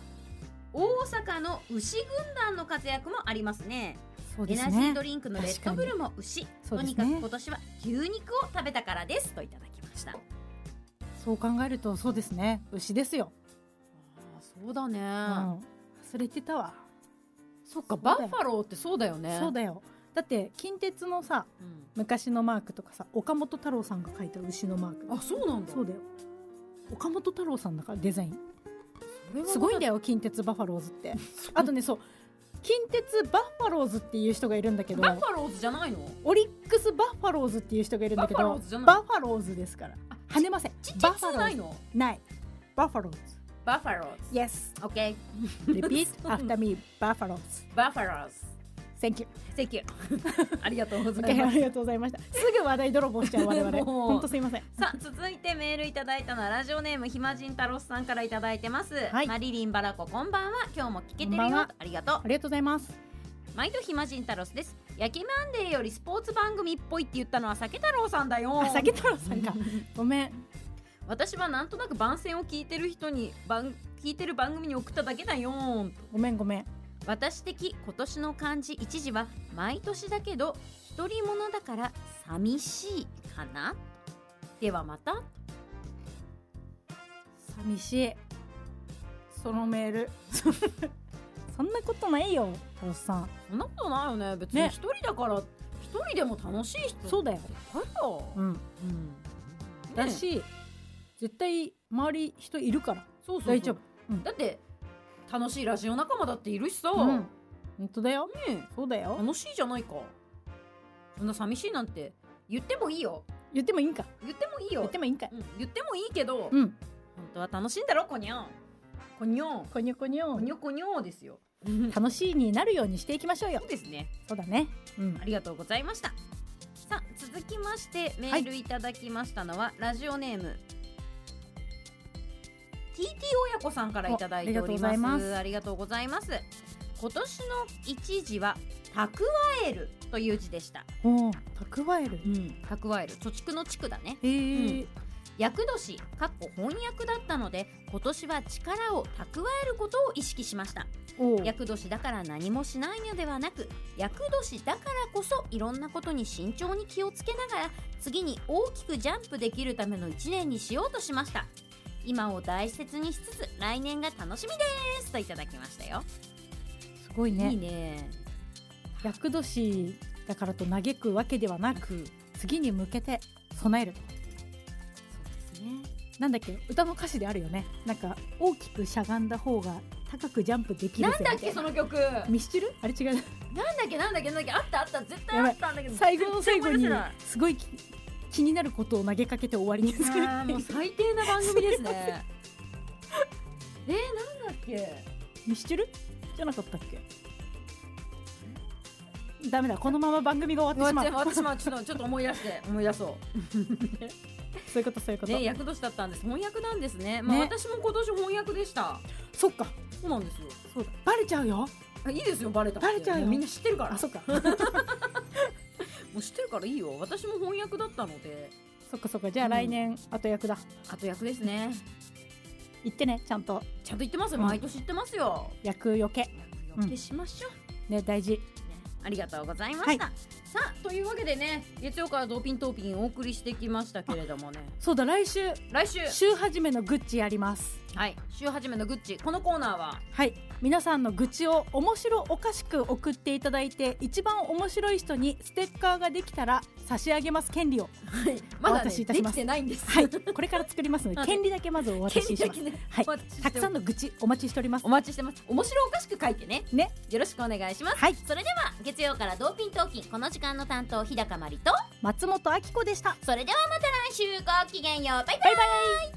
大阪の牛軍団の活躍もありますね
そうです
エナジー
ね
ドリンクのレッドブルも牛、
そうで
と
す
に
ね
かく今年は牛肉を食べたからですといただきました
そう考えるとそうですね牛ですよ、
そうだね、
うん、忘れてたわ、
そっ
そ
か
うだよ
ローってそうだよね
そうだよだって近鉄のさ
うん
昔のマークとかさ岡本太郎さんが書いた牛のマーク
あそうなんだ
そうだよ岡本太郎さんだからデザイン
それはまた
すごいんだよ近鉄バファローズってあとねそう近鉄バファローズっていう人がいるんだけど
バファローズじゃないの
オリックスバファローズっていう人がいるんだけ
バファロ
ど
ーズじゃない
バファローズですから跳ねません
ちっちゃ
バ
い
ファ
つ
ロ
な
ー
い
ズ
の
ないバファローズ
バファローズ
Yes
OK
repeat after me バファローズ
バファローズ
Thank you
Thank you ありがとうござい
OK
ま
あ
す
りがとうございましたすぐ話題泥棒しちゃう我々
もう
ほんとすいません
さあ続いてメールいただいたのはラジオネームひまじんたろすさんからいただいてます、
はい
マリリンバラコこんばんは今日も聞けてるよ
こんばんは
ありがとう
ありがとうございます
毎度ひまじんたろすです焼きマンデーよりスポーツ番組っぽいって言ったのは酒太郎さんだよ
あ酒太郎さんかごめん
私はなんとなく番宣を聞いてる人に番聞いてる番組に送っただけだよ
ごめんごめん
私的今年の漢字一字は毎年だけど独り者だから寂しいかなではまた
寂しいそのメール そんなことないよ太郎さん
そんなことないよね別
ね
に一人だから一人でも楽しい人
そうだよ
だよ、
うん
うん
だし、絶対周り人いるから
そうそうそう
大丈夫
だって楽しいラジオ仲間だっているしさ、
うん
ね
本当だよ
え
そうだよ
楽しいじゃないかそんな寂しいなんて言ってもいいよ
言ってもいいんか
言ってもいいよ
言ってもいいんかい
うん言ってもいいけど、
うん
本当は楽しいんだろこにゃんこにょん
こにょこにょ
こにょこにょですよ
楽しいになるようにしていきましょうよ
そうですね
そうだねうん
ありがとうございましたさあ続きましてメールいただきましたのは、ラジオネーム TT 親子さんからいただいておりますあ
あ
りがとうございます今年の一字は蓄えるという字でした、
おお蓄える
蓄える貯蓄の地区だね
えー
厄年かっこ翻訳だったので今年は力を蓄えることを意識しました
おお
厄年だから何もしないのではなく厄年だからこそいろんなことに慎重に気をつけながら次に大きくジャンプできるための1年にしようとしました今を大切にしつつ来年が楽しみですといただきましたよ、
すごいね
いいね
厄年だからと嘆くわけではなく次に向けて備える
そうですね
なんだっけ歌の歌詞であるよねなんか大きくしゃがんだ方が高くジャンプできる
な
ぜ
んだっけその曲なんだ
ミスチルあれ違う
っけなんだっけなんだっけあったあった絶対あったんだけど
最後の最後に
全然思い出せない
すごいき気になることを投げかけて終わりにする
あーもう最低な番組ですね えー、なんだっけ
ミスチルじゃなかったっけダメだこのまま番組が終わってしまう
私もちょっとちょっと思い出して思い出そう
そういうことそういうこと、
ね、役年だったんです翻訳なんですねまあ、
ね
私も今年翻訳でした
そっか
そうなんですよ
そうだバレちゃうよ
あいいですよバレたって
バレちゃうよ
もみんな知ってるから
あそっか
もう知ってるからいいよ私も翻訳だったので
そっかそっかじゃあ来年後役だ
後役ですね
行ってねちゃんと
ちゃんと言ってますよ毎年言ってますよ
役よけうん
消しましょう、
ね大事
ありがとうございました、さあというわけでね月曜からドーピントーピンお送りしてきましたけれどもね
そうだ来週
来週
週始めのグッチやります
はい週始めのグッチこのコーナーは
はい皆さんの愚痴を面白おかしく送っていただいて一番面白い人にステッカーができたら差し上げます権利を
まだ、
お渡
ね、
しい
で
たしま
き
す
てないんです
はい これから作りますので 権利だけまずお渡
権
し
利
し
だ
ます
けね、
はい
お渡しして
たくさんの愚痴お待ちしております
お待ちしてます面白おかしく書いてね
ね
よろしくお願いします
はい
それでは月曜からドーピントーキンこの時間の担当日高まりと
松本明子でした
それではまた来週ごきげんようバイバイ
バイバイ